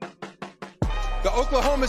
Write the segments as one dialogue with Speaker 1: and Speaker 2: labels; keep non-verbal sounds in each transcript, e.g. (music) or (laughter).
Speaker 1: The Oklahoma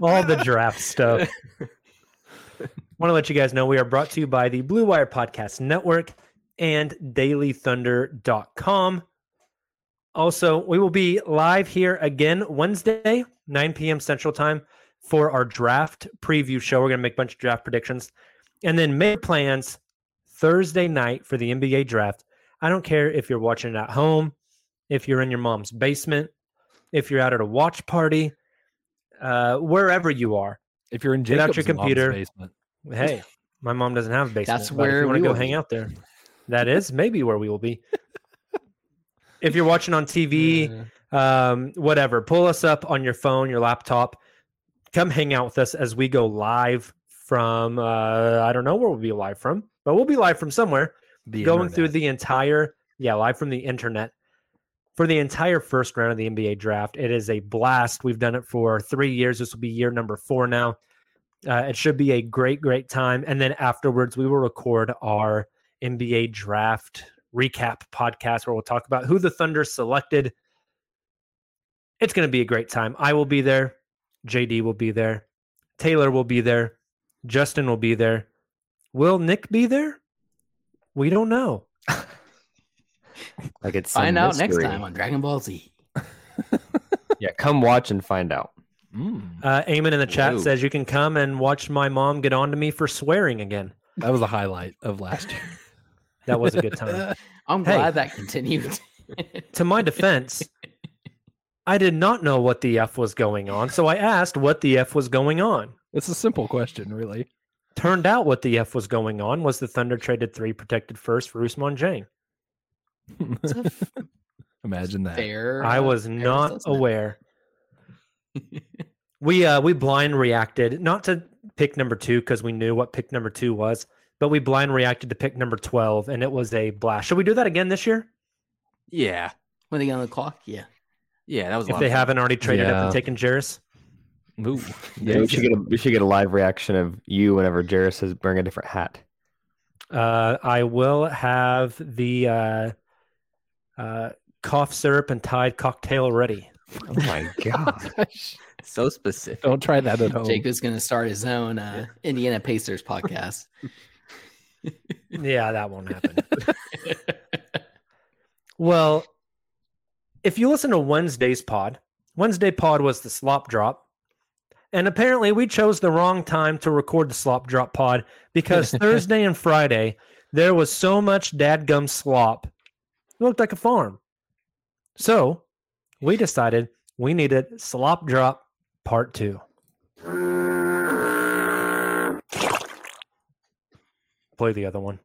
Speaker 2: all the draft stuff. Want to let you guys know we are brought to you by the Blue Wire Podcast Network and dailythunder.com. Also, we will be live here again Wednesday, 9 p.m. Central Time for our draft preview show. We're going to make a bunch of draft predictions and then make plans Thursday night for the NBA draft. I don't care if you're watching it at home, if you're in your mom's basement, if you're out at a watch party, uh, wherever you are.
Speaker 3: If you're in
Speaker 2: Get out
Speaker 3: Jacob's
Speaker 2: your
Speaker 3: mom's
Speaker 2: computer.
Speaker 3: basement,
Speaker 2: Hey, my mom doesn't have a basement.
Speaker 4: That's
Speaker 2: but if
Speaker 4: where
Speaker 2: you want
Speaker 4: we
Speaker 2: to go
Speaker 4: will
Speaker 2: hang
Speaker 4: be.
Speaker 2: out
Speaker 4: (laughs)
Speaker 2: there. That is maybe where we will be. if you're watching on TV,
Speaker 4: Uh,
Speaker 2: um, whatever, pull us up on your phone, your laptop. Come hang out with us as we go live from uh, I don't know where we'll be live from, but we'll be live from somewhere.
Speaker 3: the
Speaker 2: going
Speaker 3: internet.
Speaker 2: through the entire yeah, live from the internet for the entire first round of the NBA draft. It is a blast. We've done it for three years. This will be year number four now. Uh, it should be a great, great time. And then afterwards, we will record our NBA draft recap podcast where we'll talk about who the Thunder selected. It's going to be a great time. I will be there. JD will be there. Taylor will be there. Justin will be there. Will Nick be there? We don't know.
Speaker 5: Like it's some
Speaker 4: Find out
Speaker 5: mystery.
Speaker 4: next time on Dragon Ball Z.
Speaker 5: yeah, come watch and find out.
Speaker 3: Mm,
Speaker 2: Uh, Eamon in the chat
Speaker 5: Whoa.
Speaker 2: says you can come and watch my mom get on to me for swearing again.
Speaker 3: that was a highlight of last year.
Speaker 5: (laughs)
Speaker 2: That was a good
Speaker 3: (laughs)
Speaker 2: time.
Speaker 4: I'm
Speaker 2: Hey.
Speaker 4: glad that continued. (laughs)
Speaker 2: to my defense, I did not know what the F was going on, so I asked what the F was going on.
Speaker 3: It's a simple question, really. (laughs)
Speaker 2: Turned out what the F was going on was the Thunder traded three protected first for Usman Jang.
Speaker 4: It's a
Speaker 3: Imagine that.
Speaker 4: fair.
Speaker 2: I
Speaker 4: uh,
Speaker 2: was
Speaker 4: fair
Speaker 2: not
Speaker 4: assessment.
Speaker 2: aware. we uh we blind reacted not to pick number two because we knew what pick number two was, but we blind reacted to pick number twelve, and it was a blast. Should we do that again this year?
Speaker 5: Yeah.
Speaker 4: When they get on the clock, yeah.
Speaker 5: Yeah, that was
Speaker 2: if they haven't already traded up and
Speaker 3: Yeah.
Speaker 2: taken Jairus.
Speaker 3: Ooh,
Speaker 5: Yeah, we, should get a, we should get a live reaction of you whenever Jairus says bring a different hat.
Speaker 2: Uh, I will have the uh, uh, cough syrup and Tide cocktail ready.
Speaker 5: Oh my god. so specific.
Speaker 3: Oh. Don't try that at home.
Speaker 4: Jacob's going to start his own uh, Indiana Pacers podcast.
Speaker 2: Yeah, that won't happen. Well, if you listen to Wednesday's pod, Wednesday pod was the slop drop. And apparently we chose the wrong time to record the slop drop pod because Thursday and Friday there was so much dadgum slop. It looked like a farm. So we decided we needed slop drop part two. Play the other one.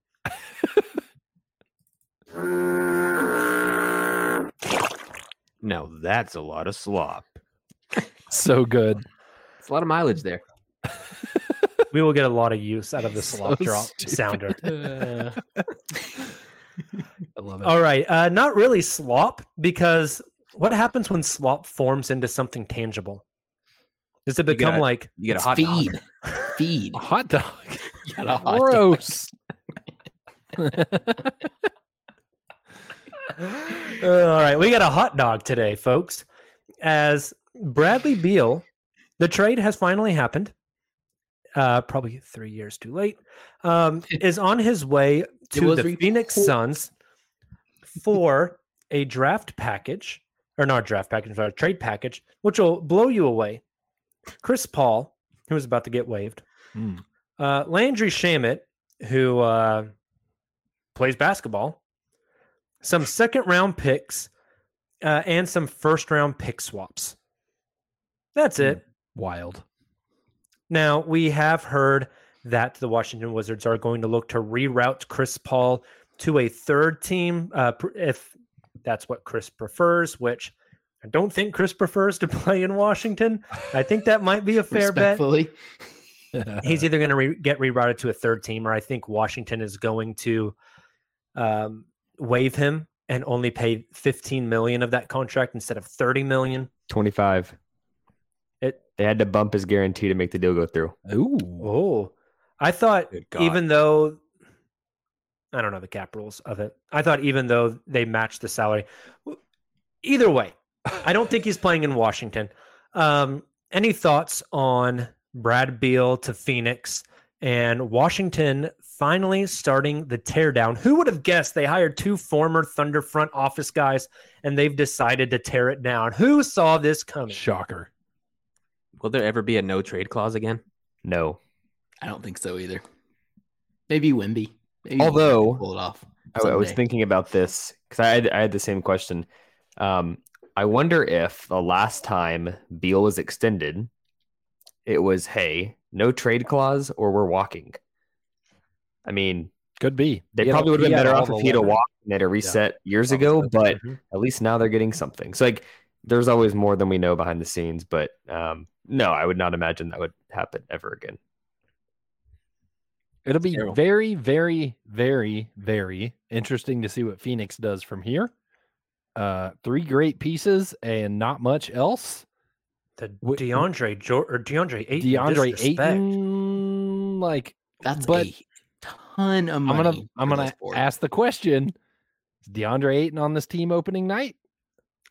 Speaker 6: Now that's a lot of slop.
Speaker 3: So good.
Speaker 4: It's a lot of mileage there.
Speaker 2: We will get a lot of use out of the
Speaker 3: So
Speaker 2: slop drop
Speaker 3: stupid.
Speaker 2: sounder.
Speaker 4: Uh,
Speaker 3: I love it.
Speaker 2: All right. Uh, not really slop, because what happens when slop forms into something tangible? Does it become
Speaker 6: gotta-
Speaker 2: like
Speaker 6: You get a
Speaker 4: It's
Speaker 6: hot dog.
Speaker 4: feed. Feed.
Speaker 3: A hot
Speaker 4: (laughs)
Speaker 3: dog.
Speaker 4: You got a hot
Speaker 3: (laughs)
Speaker 4: dog. (laughs)
Speaker 3: Gross.
Speaker 2: Uh, all right, we got a hot dog today, folks. As Bradley Beal, the trade has finally happened. Uh, probably three years too late. Um, is on his way to
Speaker 4: was
Speaker 2: the
Speaker 4: re-
Speaker 2: Phoenix Suns for a draft package, or not draft package, but a trade package, which will blow you away. Chris Paul, who is about to get waived,
Speaker 3: Mm.
Speaker 2: uh, Landry Shamit, who uh, plays basketball, some second round picks, uh, and some first round pick swaps. That's it.
Speaker 3: Wild.
Speaker 2: Now, we have heard that the Washington Wizards are going to look to reroute Chris Paul to a third team uh, pr- if that's what Chris prefers, which I don't think Chris prefers to (laughs) play in Washington. I think that might be a fair bet
Speaker 4: Respectfully.
Speaker 2: he's either going to re- get rerouted to a third team, or I think Washington is going to um, waive him and only pay 15 million of that contract instead of 30 million.
Speaker 5: 25.
Speaker 2: It-
Speaker 5: they had to bump his guarantee to make the deal go through.
Speaker 3: (laughs) Ooh.
Speaker 2: Oh, I thought
Speaker 6: Good God.
Speaker 2: even though I don't know the cap rules of it, I thought even though they matched the salary, w- either way, I don't think he's playing in Washington. Um, any thoughts on Brad Beal to Phoenix and Washington finally starting the teardown? Who would have guessed they hired two former Thunder front office guys and they've decided to tear it down? Who saw this coming?
Speaker 3: Shocker.
Speaker 6: Will there ever be a no trade clause again?
Speaker 5: No.
Speaker 4: I don't think so either. Maybe Wimby. Maybe Wimby can
Speaker 5: Although-
Speaker 4: pull it off.
Speaker 5: I, I was
Speaker 4: someday.
Speaker 5: thinking about this because I had, I had the same question. Um, I wonder if the last time Beal was extended, it was, hey, no trade clause or we're walking. I mean,
Speaker 3: Could be.
Speaker 5: they
Speaker 3: He had
Speaker 5: probably
Speaker 3: all-
Speaker 5: would have
Speaker 3: he
Speaker 5: been
Speaker 3: had
Speaker 5: better
Speaker 3: all
Speaker 5: off
Speaker 3: the
Speaker 5: if he'd have
Speaker 3: leverage.
Speaker 5: walked and had a reset years ago,
Speaker 3: Probably.
Speaker 5: but
Speaker 2: Mhm.
Speaker 5: at least now they're getting something. So, like, there's always more than we know behind the scenes, but um, no, I would not imagine that would happen ever again.
Speaker 3: It'll be
Speaker 6: Terrible.
Speaker 3: very, very, very, very interesting to see what Phoenix does from here. Uh, three great pieces and not much else.
Speaker 2: The
Speaker 3: Wh-
Speaker 2: DeAndre jo- or DeAndre Ayton.
Speaker 3: DeAndre
Speaker 2: disrespect.
Speaker 3: Ayton, like
Speaker 4: That's
Speaker 3: but-
Speaker 4: a ton of
Speaker 3: I'm
Speaker 4: money.
Speaker 3: gonna I'm
Speaker 4: for
Speaker 3: gonna
Speaker 4: this board.
Speaker 3: ask the question: Is DeAndre Ayton on this team opening night?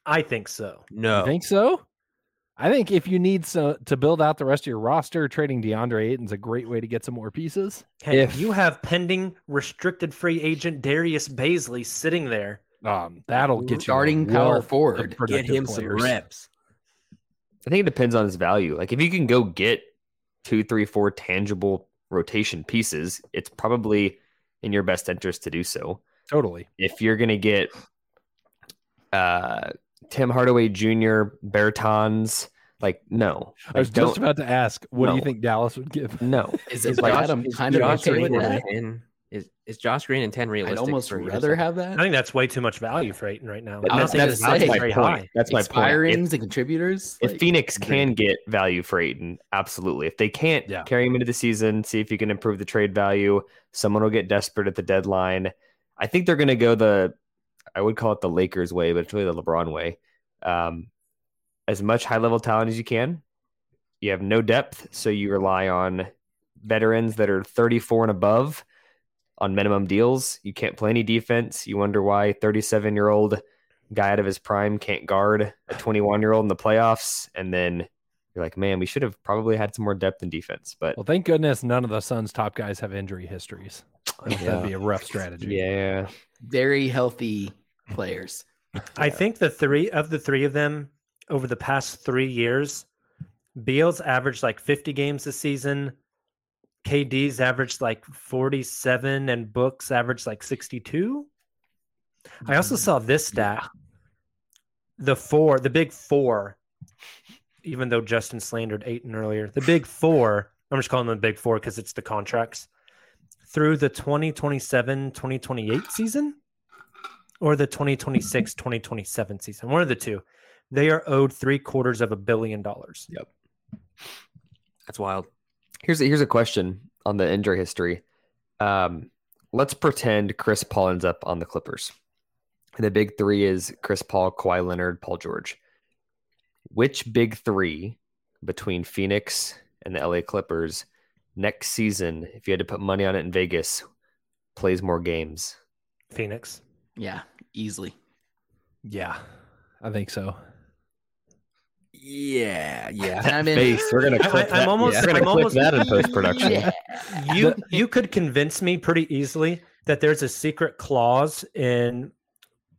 Speaker 2: I think so.
Speaker 3: I
Speaker 6: No.
Speaker 3: think so? I think if you need so, to build out the rest of your roster, trading DeAndre Ayton's a great way to get some more pieces.
Speaker 2: Heck,
Speaker 5: If-
Speaker 2: you have pending restricted free agent Darius Baisley sitting there,
Speaker 3: Um, that'll get you a
Speaker 4: Starting power
Speaker 3: wealth of
Speaker 4: forward. Get
Speaker 6: Get
Speaker 3: productive
Speaker 6: him
Speaker 3: players.
Speaker 6: some reps.
Speaker 5: I think it depends on his value. Like if you can go get two, three, four tangible rotation pieces, it's probably in your best interest to do so.
Speaker 3: Totally.
Speaker 5: If you're gonna get uh Tim Hardaway Jr., Bertans, like no.
Speaker 3: I was just
Speaker 5: Like, don't-
Speaker 3: about to ask, what do you
Speaker 5: No.
Speaker 3: think Dallas would
Speaker 6: (laughs)
Speaker 3: give?
Speaker 5: no.
Speaker 4: Is it
Speaker 5: Is like-
Speaker 4: Adam kind of
Speaker 6: Josh
Speaker 4: okay
Speaker 6: Green
Speaker 4: with
Speaker 6: in
Speaker 4: that?
Speaker 6: 10 Is, is Josh Green in 10
Speaker 4: I'd
Speaker 6: realistic?
Speaker 4: almost
Speaker 6: for your
Speaker 4: rather
Speaker 6: second?
Speaker 4: have
Speaker 2: I
Speaker 4: that.
Speaker 2: think that's way too much value for Ayton right now.
Speaker 5: But
Speaker 2: I don't
Speaker 4: that's-
Speaker 2: think
Speaker 4: that's
Speaker 2: his value is
Speaker 4: my
Speaker 2: very
Speaker 5: point.
Speaker 2: high.
Speaker 5: That's my point. If-
Speaker 4: Expirings and contributors.
Speaker 5: If
Speaker 4: like,
Speaker 5: Phoenix
Speaker 4: agree.
Speaker 5: can get value for Ayton, absolutely. If they can't,
Speaker 3: Yeah.
Speaker 5: carry him into the season, see if you can improve the trade value. Someone will get desperate at the deadline. I think they're going to go the, I would call it the Lakers way, but it's really the LeBron way. Um, as much high level talent as you can. You have no depth, so you rely on veterans that are 34 and above on minimum deals. You can't play any defense. You wonder why 37 year old guy out of his prime can't guard a 21 year old in the playoffs. And then you're like, man, we should have probably had some more depth in defense. But
Speaker 3: Well, thank goodness none of the Suns' top guys have injury histories. That'd be a rough strategy.
Speaker 5: Yeah.
Speaker 4: Very healthy players.
Speaker 2: I think the three of the three of them over the past three years, Beal's averaged like 50 games this season. KD's averaged like 47 and Books averaged like 62. I also saw this stat. The four, the big four, even though Justin slandered Aiton earlier, the big four, I'm just calling them the big four because it's the contracts, through the 2027 2028 season or the 2026 2027 season, one of the two, they are owed three quarters of a billion dollars.
Speaker 5: That's wild. Here's a, here's a question on the injury history. Um, let's pretend Chris Paul ends up on the Clippers. The big three is Chris Paul, Kawhi Leonard, Paul George. Which big three between Phoenix and the LA Clippers next season, if you had to put money on it in Vegas, plays more games?
Speaker 2: Phoenix.
Speaker 4: Yeah, easily.
Speaker 3: Yeah. I think so.
Speaker 4: Yeah, yeah. And I'm in.
Speaker 5: Face. We're gonna
Speaker 2: I-
Speaker 5: clip
Speaker 2: I'm
Speaker 5: that.
Speaker 2: almost-
Speaker 5: We're gonna
Speaker 2: I'm
Speaker 5: clip
Speaker 2: almost-
Speaker 5: that in post production. (laughs)
Speaker 4: Yeah.
Speaker 2: you you could convince me pretty easily that there's a secret clause in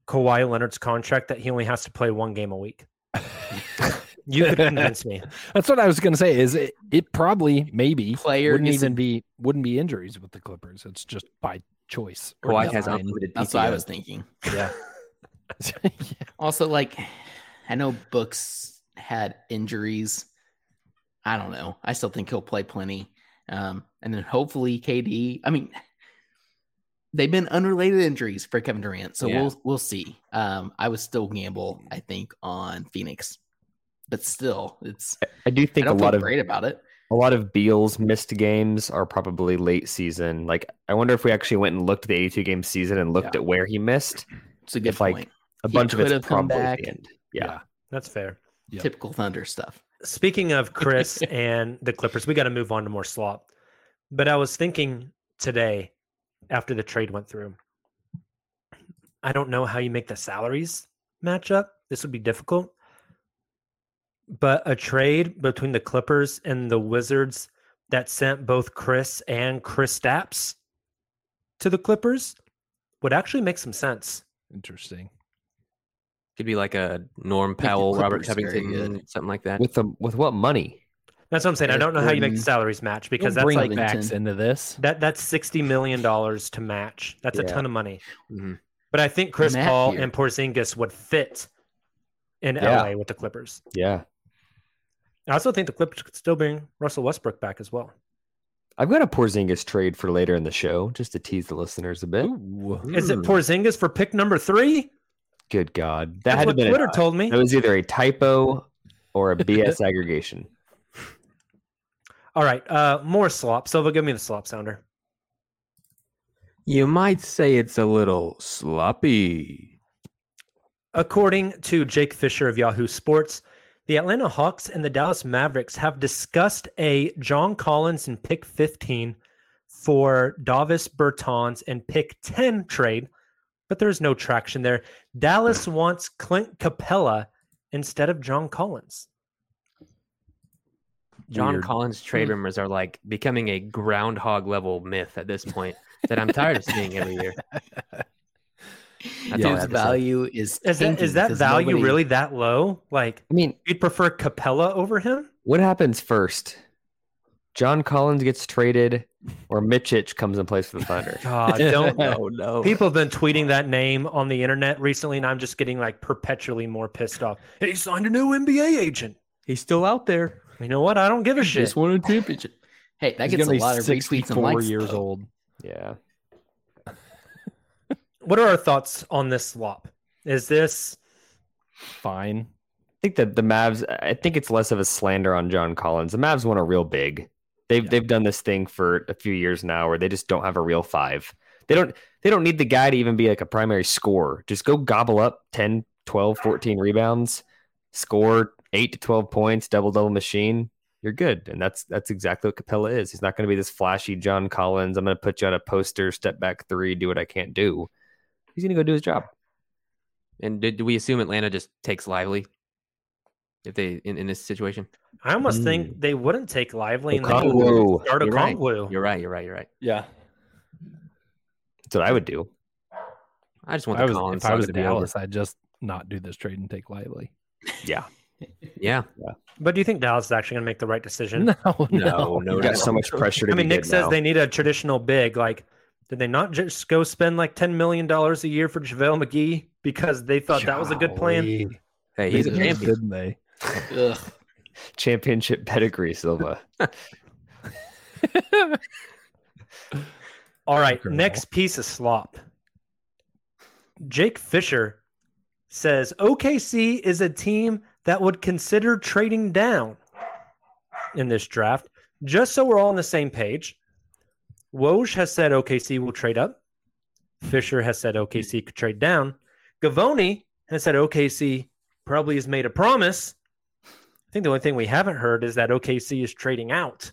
Speaker 2: Kawhi Leonard's contract that he only has to play one game a
Speaker 5: (laughs)
Speaker 2: week. You could convince me.
Speaker 3: (laughs) That's what I was gonna say. Is it? It probably maybe
Speaker 4: Player
Speaker 3: wouldn't
Speaker 4: dis-
Speaker 3: even be wouldn't be injuries with the Clippers. It's just by choice. or
Speaker 5: Kawhi has
Speaker 3: design.
Speaker 5: unlimited
Speaker 4: That's what I
Speaker 5: PTO.
Speaker 4: was thinking.
Speaker 3: Yeah.
Speaker 4: Also, like, I know Books had injuries. I don't know. I still think he'll play plenty. Um, and then hopefully KD. I mean, they've been unrelated injuries for Kevin Durant, so
Speaker 5: Yeah.
Speaker 4: we'll we'll see. Um, I would still gamble. I think on Phoenix, but still, it's
Speaker 5: I do think
Speaker 4: I
Speaker 5: a
Speaker 4: don't feel
Speaker 5: lot of
Speaker 4: great about it.
Speaker 5: a lot of Beal's missed games are probably late season. Like I wonder if we actually went and looked at the 82 game season and looked
Speaker 3: Yeah.
Speaker 5: at where he missed.
Speaker 4: It's a good
Speaker 5: If, like,
Speaker 4: point.
Speaker 5: A
Speaker 4: He
Speaker 5: bunch of
Speaker 4: could
Speaker 5: it's
Speaker 4: have come
Speaker 5: probably at
Speaker 4: back.
Speaker 5: the end. Yeah.
Speaker 2: That's fair.
Speaker 3: Yep.
Speaker 4: Typical Thunder stuff.
Speaker 2: Speaking of
Speaker 3: (laughs)
Speaker 2: Chris and the Clippers, we got to move on to more slop. But I was thinking today after the trade went through, I don't know how you make the salaries match up. This would be difficult. But a trade between the Clippers and the Wizards that sent both Chris and Chris Stapps to the Clippers would actually make some sense.
Speaker 3: Interesting.
Speaker 7: Could be like a Norm
Speaker 4: the
Speaker 7: Powell, Robert
Speaker 4: Clippers very good.
Speaker 7: Covington, something like that.
Speaker 5: With the with what money?
Speaker 2: That's what I'm saying. I
Speaker 4: Eric
Speaker 2: don't know how you make the
Speaker 4: Gordon.
Speaker 2: salaries match because
Speaker 3: Don't
Speaker 2: that's
Speaker 3: bring
Speaker 2: like
Speaker 3: backs into this.
Speaker 2: That that's sixty million dollars to match. That's a
Speaker 5: Yeah.
Speaker 2: ton of money.
Speaker 5: Mm-hmm.
Speaker 7: Mhm.
Speaker 2: But I think Chris
Speaker 4: Matt
Speaker 2: Paul
Speaker 4: here.
Speaker 2: and Porzingis would fit in
Speaker 5: Yeah.
Speaker 2: LA with the Clippers.
Speaker 5: Yeah.
Speaker 2: I also think the Clippers could still bring Russell Westbrook back as well.
Speaker 5: I've got a Porzingis trade for later in the show, just to tease the listeners a bit.
Speaker 2: Is it
Speaker 7: Hmm.
Speaker 2: Porzingis for pick number three?
Speaker 5: Good God, that
Speaker 2: That's
Speaker 5: had to
Speaker 2: what
Speaker 5: been a-
Speaker 2: Twitter told me.
Speaker 5: that was either a typo or
Speaker 7: (laughs)
Speaker 5: a BS aggregation.
Speaker 2: All right, uh, more slop. Silva, give me the slop sounder.
Speaker 7: You might say it's a little sloppy.
Speaker 2: According to Jake Fisher of Yahoo Sports, the Atlanta Hawks and the Dallas Mavericks have discussed a John Collins and pick 15 for Davis Bertans and pick 10 trade, but there's no traction there. Dallas wants Clint Capella instead of John Collins.
Speaker 7: John
Speaker 3: Weird. Mm,
Speaker 7: Collins trade rumors are like becoming a groundhog level myth at this point that I'm tired of seeing every year. That's all I
Speaker 4: Dude's
Speaker 7: have to say.
Speaker 4: value is
Speaker 2: Is that,
Speaker 4: tanking
Speaker 2: is that
Speaker 4: because
Speaker 2: value
Speaker 4: nobody-
Speaker 2: really that low? Like,
Speaker 5: I mean,
Speaker 2: you'd prefer Capella over him?
Speaker 5: What happens first? John Collins gets traded, or Mitchich comes and plays for the Thunder?
Speaker 2: God, don't know. (laughs)
Speaker 5: no.
Speaker 2: People have been tweeting that name on the internet recently, and I'm just getting like perpetually more pissed off. He signed a new NBA agent.
Speaker 7: He's still out there.
Speaker 2: You know what? I don't give a shit.
Speaker 4: Just won a championship. Hey, that
Speaker 3: He's
Speaker 4: gets a
Speaker 3: gonna be
Speaker 4: lot of retweets and
Speaker 3: 64
Speaker 4: likes.
Speaker 3: years
Speaker 4: though.
Speaker 3: old.
Speaker 5: Yeah.
Speaker 2: What are our thoughts on this slop? Is this
Speaker 3: Fine.
Speaker 5: I think that the Mavs. I think it's less of a slander on John Collins. The Mavs want a real big. They've
Speaker 3: Yeah.
Speaker 5: they've done this thing for a few years now, where they just don't have a real five. They don't they don't need the guy to even be like a primary scorer. Just go gobble up 10, 12, 14 rebounds, score eight to twelve points, double double machine. You're good, and that's that's exactly what Capella is. He's not going to be this flashy John Collins. I'm going to put you on a poster, step back three, do what I can't do. He's going to go do his job.
Speaker 7: And did, do we assume Atlanta just takes Lively if they in, in this situation?
Speaker 2: I almost think they wouldn't take lively and they would
Speaker 5: Okongwu.
Speaker 2: start a
Speaker 7: You're right.
Speaker 2: Kongwu.
Speaker 7: You're right. You're right. You're right.
Speaker 3: Yeah.
Speaker 5: That's what I would do.
Speaker 7: I just want
Speaker 3: I
Speaker 7: the
Speaker 3: was,
Speaker 7: Collins
Speaker 3: if I
Speaker 7: saga
Speaker 3: was
Speaker 7: to be over.
Speaker 3: Dallas, I'd just not do this trade and take lightly.
Speaker 5: Yeah.
Speaker 7: Yeah.
Speaker 2: But do you think Dallas is actually going to make the right decision?
Speaker 3: (laughs) No,
Speaker 5: No, no,
Speaker 3: no.
Speaker 5: you've got so much pressure to
Speaker 2: I mean,
Speaker 5: be
Speaker 2: Nick
Speaker 5: good
Speaker 2: says
Speaker 5: now.
Speaker 2: they need a traditional big. Like, did they not just go spend like ten million dollars a year for JaVale McGee because they thought that was a good plan?
Speaker 3: Golly.
Speaker 7: Hey,
Speaker 3: They
Speaker 7: he's a
Speaker 3: did,
Speaker 7: champion.
Speaker 3: didn't they?
Speaker 4: Ugh.
Speaker 5: championship pedigree, Silva.
Speaker 2: All right,
Speaker 3: Girl.
Speaker 2: next piece of slop. Jake Fisher says OKC is a team that would consider trading down in this draft. Just so we're all on the same page, Woj has said OKC will trade up. Fisher has said OKC could trade down. Gavoni has said OKC probably has made a promise. I think the only thing we haven't heard is that OKC is trading out.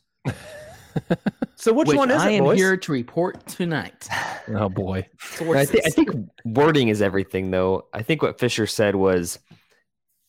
Speaker 2: so which,
Speaker 4: Which
Speaker 2: one is
Speaker 4: I
Speaker 2: it,
Speaker 4: am
Speaker 2: boys?
Speaker 4: here to report tonight.
Speaker 3: Oh boy.
Speaker 5: I,
Speaker 4: Sources.
Speaker 5: thi- I think wording is everything, though. I think what Fisher said was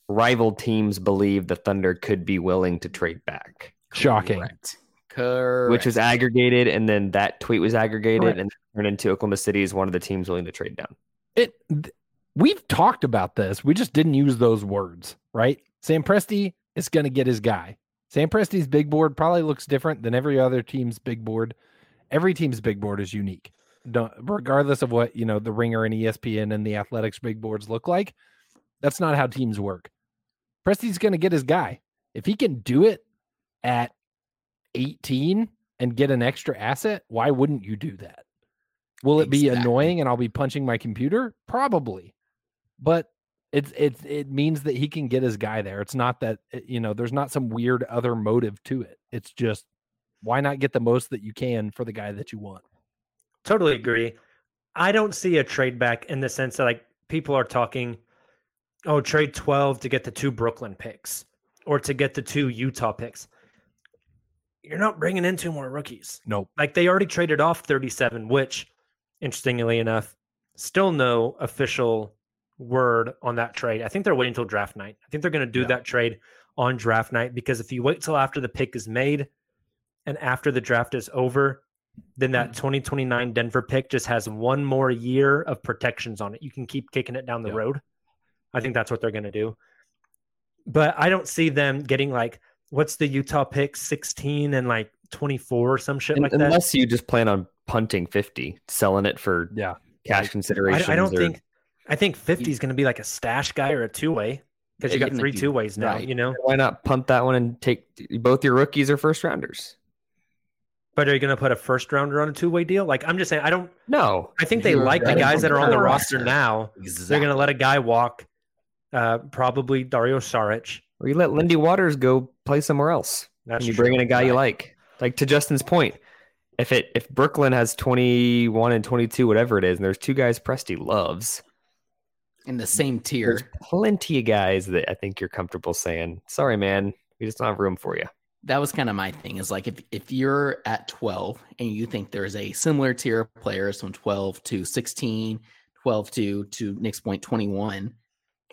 Speaker 5: rival teams believe the Thunder could be willing to trade back,
Speaker 3: Shocking.
Speaker 4: Correct. Correct.
Speaker 5: which was aggregated, and then that tweet was aggregated and turned into Oklahoma City is one of the teams willing to trade down.
Speaker 3: It th- we've talked about this. We just didn't use those words, right? Sam Presti is gonna get his guy. Sam Presti's big board probably looks different than every other team's big board. Every team's big board is unique. Don't, regardless of what you know the ringer and E ESPN and the athletics big boards look like. That's not how teams work. Presti's gonna get his guy. If he can do it at 18 and get an extra asset, why wouldn't you do that? Will it be
Speaker 4: Exactly.
Speaker 3: annoying and I'll be punching my computer? Probably. But it's it's it means that he can get his guy there. It's not that uh, you know, there's not some weird other motive to it. It's just why not get the most that you can for the guy that you want?
Speaker 2: Totally agree. I don't see a trade back in the sense that like people are talking, oh, trade 12 to get the two Brooklyn picks or to get the two Utah picks. You're not bringing in two more rookies.
Speaker 3: Nope.
Speaker 2: Like they already traded off 37, which, interestingly enough, still no official word on that trade. I think they're waiting until draft night. I think they're going to do
Speaker 3: Yeah.
Speaker 2: that trade on draft night because if you wait till after the pick is made and after the draft is over, then that
Speaker 3: Mm.
Speaker 2: 2029 Denver pick just has one more year of protections on it. You can keep kicking it down the
Speaker 3: Yeah.
Speaker 2: road. I think that's what they're going to do. But I don't see them getting like, what's the Utah pick 16 and like 24 or some shit
Speaker 5: Un-
Speaker 2: like that.
Speaker 5: unless you just plan on punting 50, selling it for
Speaker 3: Yeah.
Speaker 5: cash
Speaker 2: I,
Speaker 5: consideration.
Speaker 2: I don't think I think 50 is going to be like a stash guy or a two way because you
Speaker 4: Yeah,
Speaker 2: got
Speaker 4: even if
Speaker 2: three
Speaker 4: you-
Speaker 2: two ways now,
Speaker 4: right.
Speaker 2: you know.
Speaker 5: Why not punt that one and take both your rookies or first rounders?
Speaker 2: But are you going to put a first rounder on a two way deal? Like I'm just saying, I don't.
Speaker 5: No,
Speaker 2: I think they
Speaker 4: You're
Speaker 2: like the
Speaker 4: betting
Speaker 2: guys
Speaker 4: on
Speaker 2: that are on
Speaker 4: the
Speaker 2: the roster
Speaker 4: roster.
Speaker 2: now. They're going to let a guy walk, uh, probably Dario Saric.
Speaker 5: or you let Lindy Waters go play somewhere else.
Speaker 2: That's
Speaker 5: and you
Speaker 2: true.
Speaker 5: bring in a guy you like. Like to Justin's point, if it if Brooklyn has twenty one and twenty two, whatever it is, and there's two guys Presty loves,
Speaker 4: in the same
Speaker 5: there's
Speaker 4: tier.
Speaker 5: plenty of guys that I think you're comfortable saying, "Sorry, man, we just don't have room for you."
Speaker 4: That was kind of my thing. Is like if if you're at 12 and you think there's a similar tier of players from 12 to 16, 12 to to Nick's point 21,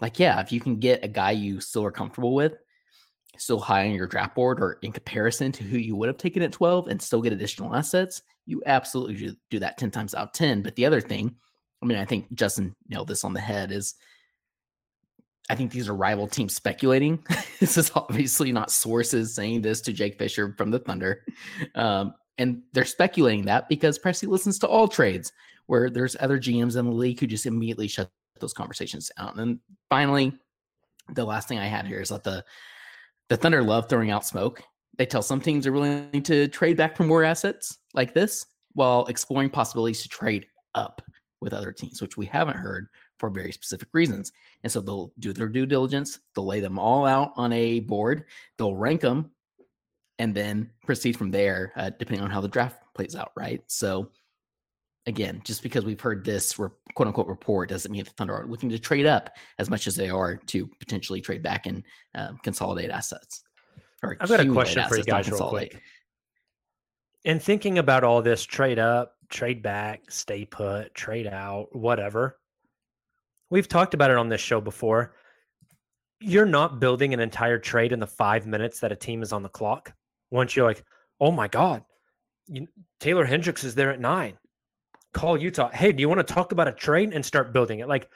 Speaker 4: like yeah, if you can get a guy you still are comfortable with, still high on your draft board or in comparison to who you would have taken at 12 and still get additional assets, you absolutely should do that 10 times out of 10. But the other thing, I mean, I think Justin nailed this on the head is I think these are rival teams speculating. (laughs) this is obviously not sources saying this to Jake Fisher from the Thunder. Um, and they're speculating that because Presley listens to all trades where there's other GMs in the league who just immediately shut those conversations out. And finally, the last thing I had here is that the the Thunder love throwing out smoke. They tell some teams are willing to trade back for more assets like this while exploring possibilities to trade up with other teams, which we haven't heard for very specific reasons. And so they'll do their due diligence, they'll lay them all out on a board, they'll rank them, and then proceed from there, uh, depending on how the draft plays out, right? So again, just because we've heard this re- quote unquote report doesn't mean the Thunder are looking to trade up as much as they are to potentially trade back and um, consolidate assets. Or
Speaker 2: I've got a
Speaker 4: accumulate
Speaker 2: question for you
Speaker 4: assets, not
Speaker 2: guys real
Speaker 4: consolidate.
Speaker 2: quick. In thinking about all this trade up, trade back, stay put, trade out, whatever, we've talked about it on this show before. You're not building an entire trade in the five minutes that a team is on the clock. Once you're like, oh my God, you, Taylor Hendricks is there at nine. call Utah, hey, do you want to talk about a trade and start building it?
Speaker 4: (laughs)
Speaker 2: Like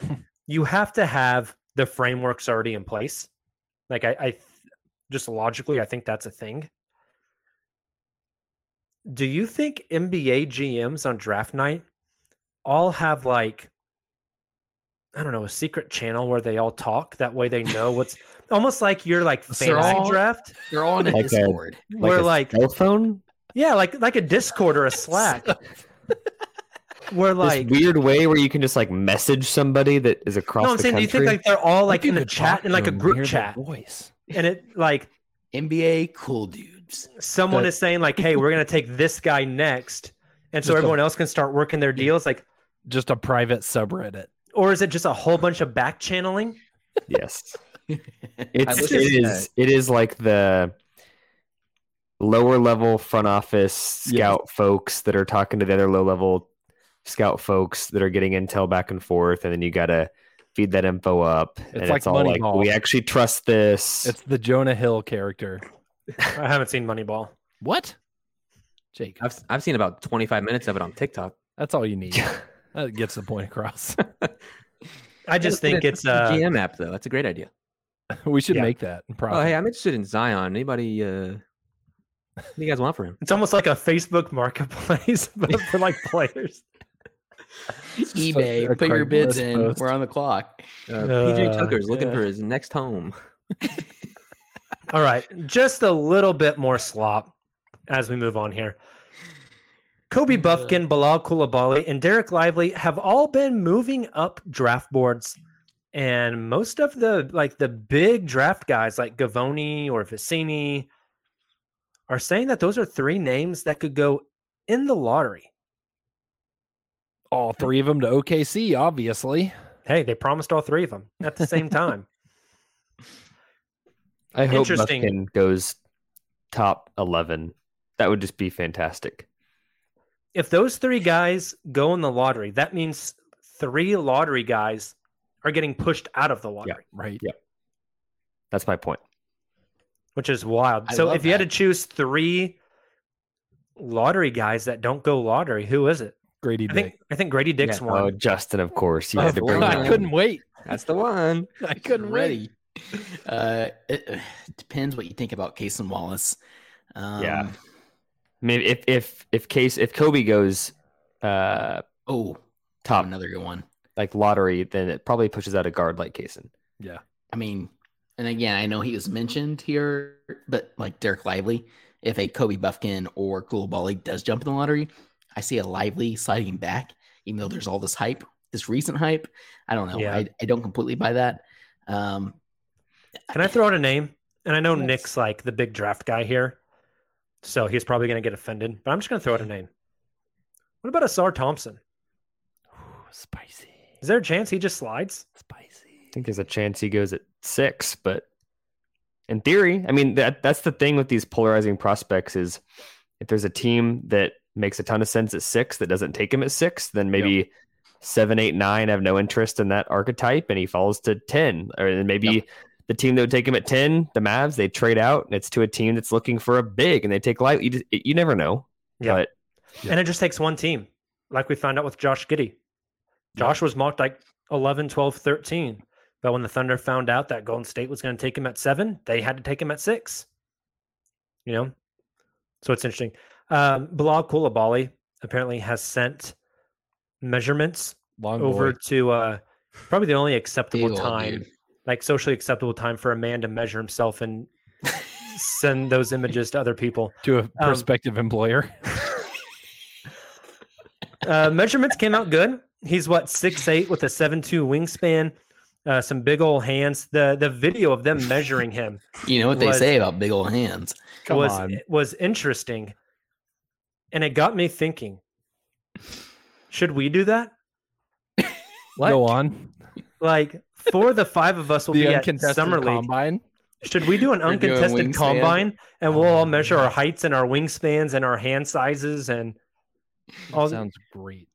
Speaker 2: you have to have the frameworks already in place. Like I, I th- just logically, I think that's a thing. Do you think NBA GMs on draft night all have like I don't know, a secret channel where they all talk. That way they know what's almost like you're like
Speaker 4: So they're
Speaker 2: fantasy
Speaker 4: all-
Speaker 2: draft.
Speaker 4: They're all in a
Speaker 5: Like a-
Speaker 4: Discord.
Speaker 2: We're like-
Speaker 5: cell phone.
Speaker 2: Yeah, like like a Discord
Speaker 3: (laughs)
Speaker 2: or a Slack. where like
Speaker 5: this weird way where you can just like message somebody that is across
Speaker 2: no, I'm
Speaker 5: the
Speaker 2: saying do you
Speaker 5: country.
Speaker 2: think like they're all like in
Speaker 3: could
Speaker 2: a
Speaker 3: talk
Speaker 2: chat in
Speaker 3: to
Speaker 2: like a
Speaker 3: them,
Speaker 2: group
Speaker 3: hear their
Speaker 2: chat,
Speaker 3: voice.
Speaker 2: and it like
Speaker 4: NBA cool
Speaker 3: (laughs)
Speaker 4: dudes.
Speaker 2: someone
Speaker 5: That-
Speaker 2: is saying like, "Hey, we're gonna take this guy next," and so
Speaker 3: Just a-
Speaker 2: everyone else can start working their deals. Like,
Speaker 3: Just a private subreddit.
Speaker 2: or is it just a whole bunch of back channeling?
Speaker 5: yes,
Speaker 4: I
Speaker 5: it's
Speaker 4: listened
Speaker 5: it
Speaker 4: to
Speaker 5: is it is like the lower level front office scout folks that are talking to the other low level scout folks that are getting intel back and forth, and then you gotta feed that info up. and
Speaker 3: like
Speaker 5: it's all like
Speaker 3: Moneyball.
Speaker 5: we actually trust this.
Speaker 3: It's the Jonah Hill character.
Speaker 2: I haven't seen Moneyball.
Speaker 3: What? Jake,
Speaker 7: I've I've seen about 25 minutes of it on TikTok.
Speaker 3: that's all you need.
Speaker 7: (laughs)
Speaker 3: that gets the point across. (laughs)
Speaker 2: I just think it's uh,
Speaker 7: GM app though. That's a great idea.
Speaker 3: we should
Speaker 2: Yeah.
Speaker 3: make that. Probably.
Speaker 7: Oh, hey, I'm interested in Zion. Anybody? Uh, what do you guys want for him?
Speaker 2: it's almost like a Facebook marketplace, (laughs) but for like players.
Speaker 4: eBay,
Speaker 3: a
Speaker 4: put your bids
Speaker 3: Craigslist
Speaker 4: in.
Speaker 3: post.
Speaker 4: We're on the clock.
Speaker 7: Uh, PJ
Speaker 2: Uh,
Speaker 7: Tucker's looking
Speaker 2: yeah.
Speaker 7: for his next home.
Speaker 2: All right, just a little bit more slop as we move on here. Kobe Buffkin, Bilal Koulibaly, and Derek Lively have all been moving up draft boards, and most of the like the big draft guys like Gavoni or Vicini are saying that those are three names that could go in the lottery.
Speaker 3: all three of them to OKC, obviously.
Speaker 2: Hey, they promised all three of them at the same time.
Speaker 5: I hope
Speaker 2: Interesting.
Speaker 5: Buffkin goes top eleven. That would just be fantastic.
Speaker 2: if those three guys go in the lottery, that means three lottery guys are getting pushed out of the lottery,
Speaker 3: Right.
Speaker 5: That's my point.
Speaker 2: which is wild.
Speaker 4: I
Speaker 2: so
Speaker 4: love
Speaker 2: if you had to
Speaker 4: that.
Speaker 2: choose three lottery guys that don't go lottery, who is it?
Speaker 3: Grady
Speaker 2: I
Speaker 3: Dick.
Speaker 2: think I think Grady Dick's
Speaker 7: Yeah.
Speaker 2: one.
Speaker 5: Oh, Justin, of course, you
Speaker 3: Oh,
Speaker 5: had to bring
Speaker 4: course.
Speaker 5: him
Speaker 3: I
Speaker 5: up.
Speaker 3: couldn't wait.
Speaker 7: That's the one.
Speaker 3: I couldn't wait.
Speaker 4: Ready. Uh, it (sighs) depends what you think about Case and Wallace. Um,
Speaker 5: Yeah. I mean, if if if case if Kobe goes uh
Speaker 4: Oh,
Speaker 5: top
Speaker 4: another good one.
Speaker 5: like lottery, then it probably pushes out a guard like Kaysen.
Speaker 4: I mean, and again, I know he was mentioned here, but like Derek Lively, if a Kobe Buffkin or Koulibaly does jump in the lottery, I see a Lively sliding back, even though there's all this hype, this recent hype. I don't know.
Speaker 2: Yeah.
Speaker 4: I, I don't completely buy that. Um,
Speaker 2: Can I throw out a name? And I know
Speaker 4: Yes.
Speaker 2: Nick's like the big draft guy here, so he's probably going to get offended. But I'm just going to throw out a name. What about Asar Thompson?
Speaker 3: Spicy.
Speaker 2: Is there a chance he just slides?
Speaker 5: I think there's a chance he goes at six, but in theory, I mean that that's the thing with these polarizing prospects is if there's a team that makes a ton of sense at six that doesn't take him at six, then maybe seven, eight, nine have no interest in that archetype and he falls to ten. Or then maybe the team that would take him at ten, the Mavs, they trade out and it's to a team that's looking for a big and they take light. You, just, you never know.
Speaker 2: Yeah.
Speaker 5: But
Speaker 3: Yeah.
Speaker 2: And it just takes one team, like we found out with Josh Giddy. Josh was mocked like 11, 12, 13. But when the Thunder found out that Golden State was going to take him at seven, they had to take him at six. You know? So it's interesting. Um, Bilal Koulibaly apparently has sent measurements
Speaker 3: Long
Speaker 2: over
Speaker 3: boy.
Speaker 2: to uh, probably the only
Speaker 4: Oh, big
Speaker 2: acceptable
Speaker 4: old
Speaker 2: time,
Speaker 4: dude.
Speaker 2: like socially acceptable time for a man to measure himself
Speaker 4: (laughs)
Speaker 2: and send those images to other people. Um,
Speaker 3: to a prospective (laughs) employer.
Speaker 2: uh, measurements came out good. He's what six eight with a seven two wingspan, uh, some big old hands. The the video of them measuring him
Speaker 4: You know what they
Speaker 2: was-
Speaker 4: say about big old hands.
Speaker 3: Come
Speaker 2: was
Speaker 3: on.
Speaker 2: was interesting, and it got me thinking. Should we do that?
Speaker 3: Go on.
Speaker 2: Like four of the five of
Speaker 3: (laughs)
Speaker 2: us will
Speaker 3: the uh,
Speaker 2: be at
Speaker 3: uncontested
Speaker 2: summer league.
Speaker 3: combine.
Speaker 2: Should we do an
Speaker 4: We're doing
Speaker 2: uncontested
Speaker 4: wingspan.
Speaker 2: combine and we'll all measure our heights and our wingspans and our hand sizes? And
Speaker 3: That
Speaker 2: All-
Speaker 3: sounds great.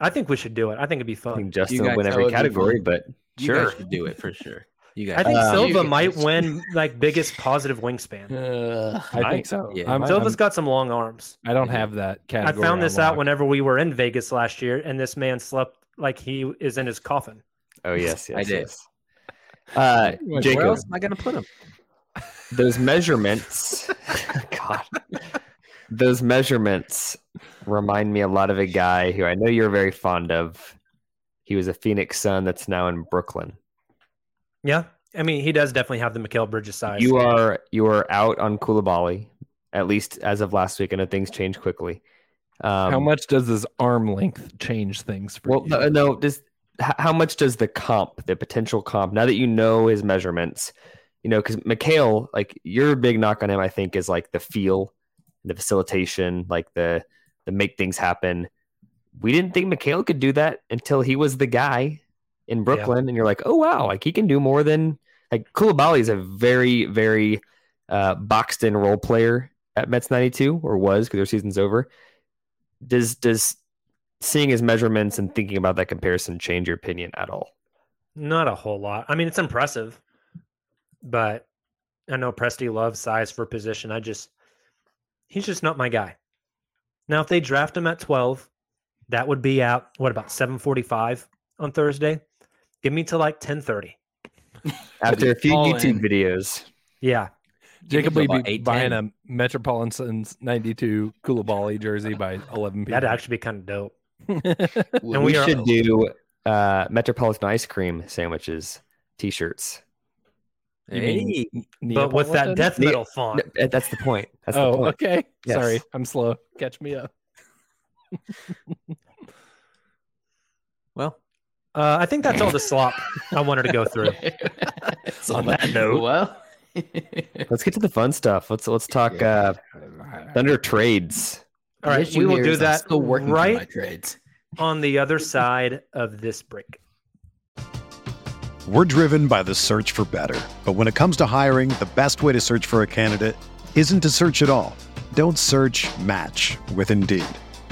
Speaker 2: I think we should do it. I think it'd be
Speaker 5: I
Speaker 2: fun.
Speaker 5: think Justin
Speaker 7: guys-
Speaker 5: will win
Speaker 7: that
Speaker 5: every
Speaker 7: would be
Speaker 5: category, but
Speaker 7: You
Speaker 5: sure.
Speaker 7: guys should do it for sure. You guys.
Speaker 2: I think
Speaker 7: Uh,
Speaker 2: Silva
Speaker 7: you
Speaker 2: might
Speaker 7: guys.
Speaker 2: win like biggest positive wingspan.
Speaker 3: I think so.
Speaker 7: yeah.
Speaker 3: I'm,
Speaker 2: Silva's
Speaker 3: I'm,
Speaker 2: got some long arms.
Speaker 3: I don't have that
Speaker 2: I
Speaker 3: category.
Speaker 2: found this out
Speaker 3: unlocked.
Speaker 2: whenever we were in Vegas last year, and this man slept like he is in his coffin.
Speaker 5: Oh yes, yes,
Speaker 7: (laughs) I did.
Speaker 5: yes. Uh,
Speaker 3: Wait,
Speaker 5: Jacob,
Speaker 7: Where else am I gonna put him? (laughs)
Speaker 5: those measurements god those measurements remind me a lot of a guy who i know you're very fond of he was a phoenix sun that's now in brooklyn
Speaker 2: Yeah, I mean he does definitely have the Mikael Bridges size.
Speaker 5: you are you are out on Koulibaly, at least as of last week i know things change quickly um,
Speaker 3: How much does this arm length change things for
Speaker 5: well
Speaker 3: you?
Speaker 5: no, no just h- how much does the comp the potential comp now that you know his measurements you know because Mikhail, like your big knock on him i think is like the feel the facilitation like the the make things happen we didn't think Mikhail could do that until he was the guy in brooklyn and you're like oh wow like he can do more than like Koulibaly is a very very uh, boxed in role player at mets 92 or was because their season's over does does seeing his measurements and thinking about that comparison change your opinion at all?
Speaker 2: not a whole lot. I mean it's impressive, but I know Presti loves size for position. I just he's just not my guy. Now if they draft him at twelve, that would be out what about seven forty five on Thursday? Give me to like ten thirty.
Speaker 5: After a few
Speaker 4: all
Speaker 5: YouTube
Speaker 4: in.
Speaker 5: videos,
Speaker 2: Yeah,
Speaker 3: Jacob
Speaker 7: Jacob's
Speaker 3: will
Speaker 7: about
Speaker 3: be
Speaker 7: 8'10".
Speaker 3: buying a Metropolitan's 92 Koulibaly jersey by 11 p.m.
Speaker 2: that'd actually be kind of dope.
Speaker 5: and
Speaker 2: And
Speaker 5: we,
Speaker 2: we are-
Speaker 3: Oh.
Speaker 5: should do uh, Metropolitan ice cream sandwiches, t-shirts.
Speaker 3: (laughs) You
Speaker 7: Hey.
Speaker 3: mean n-
Speaker 2: But with that
Speaker 3: Neapolitan?
Speaker 2: death
Speaker 5: Ne-
Speaker 2: metal font,
Speaker 5: Th- eh, That's the point. That's the
Speaker 3: Oh,
Speaker 5: point.
Speaker 3: okay.
Speaker 5: Yes.
Speaker 3: Sorry, I'm slow. Catch me up.
Speaker 7: Well,
Speaker 2: Uh, I think that's all the slop I wanted to go through.
Speaker 4: (laughs) So
Speaker 3: On that note.
Speaker 4: Well,
Speaker 5: Let's get to the fun stuff. Let's let's talk uh, Thunder trades.
Speaker 4: (laughs)
Speaker 2: All right, we will do that
Speaker 4: Still working through my
Speaker 2: right
Speaker 4: trades.
Speaker 2: on the other side of this break.
Speaker 8: We're driven by the search for better. But when it comes to hiring, the best way to search for a candidate isn't to search at all. Don't search match with Indeed.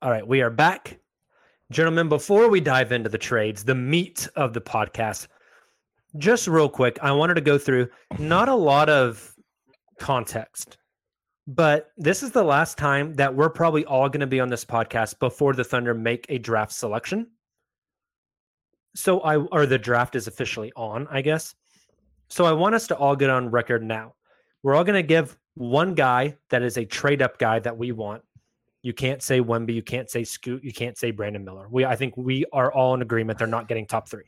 Speaker 2: All right, we are back. Gentlemen, before we dive into the trades, the meat of the podcast, just real quick, I wanted to go through not a lot of context, but this is the last time that we're probably all going to be on this podcast before the Thunder make a draft selection. So I or the draft is officially on, I guess. So I want us to all get on record now. We're all going to give one guy that is a trade up guy that we want. You can't say Wemby. You can't say Scoot. You can't say Brandon Miller. We, I think we are all in agreement. They're not getting top three.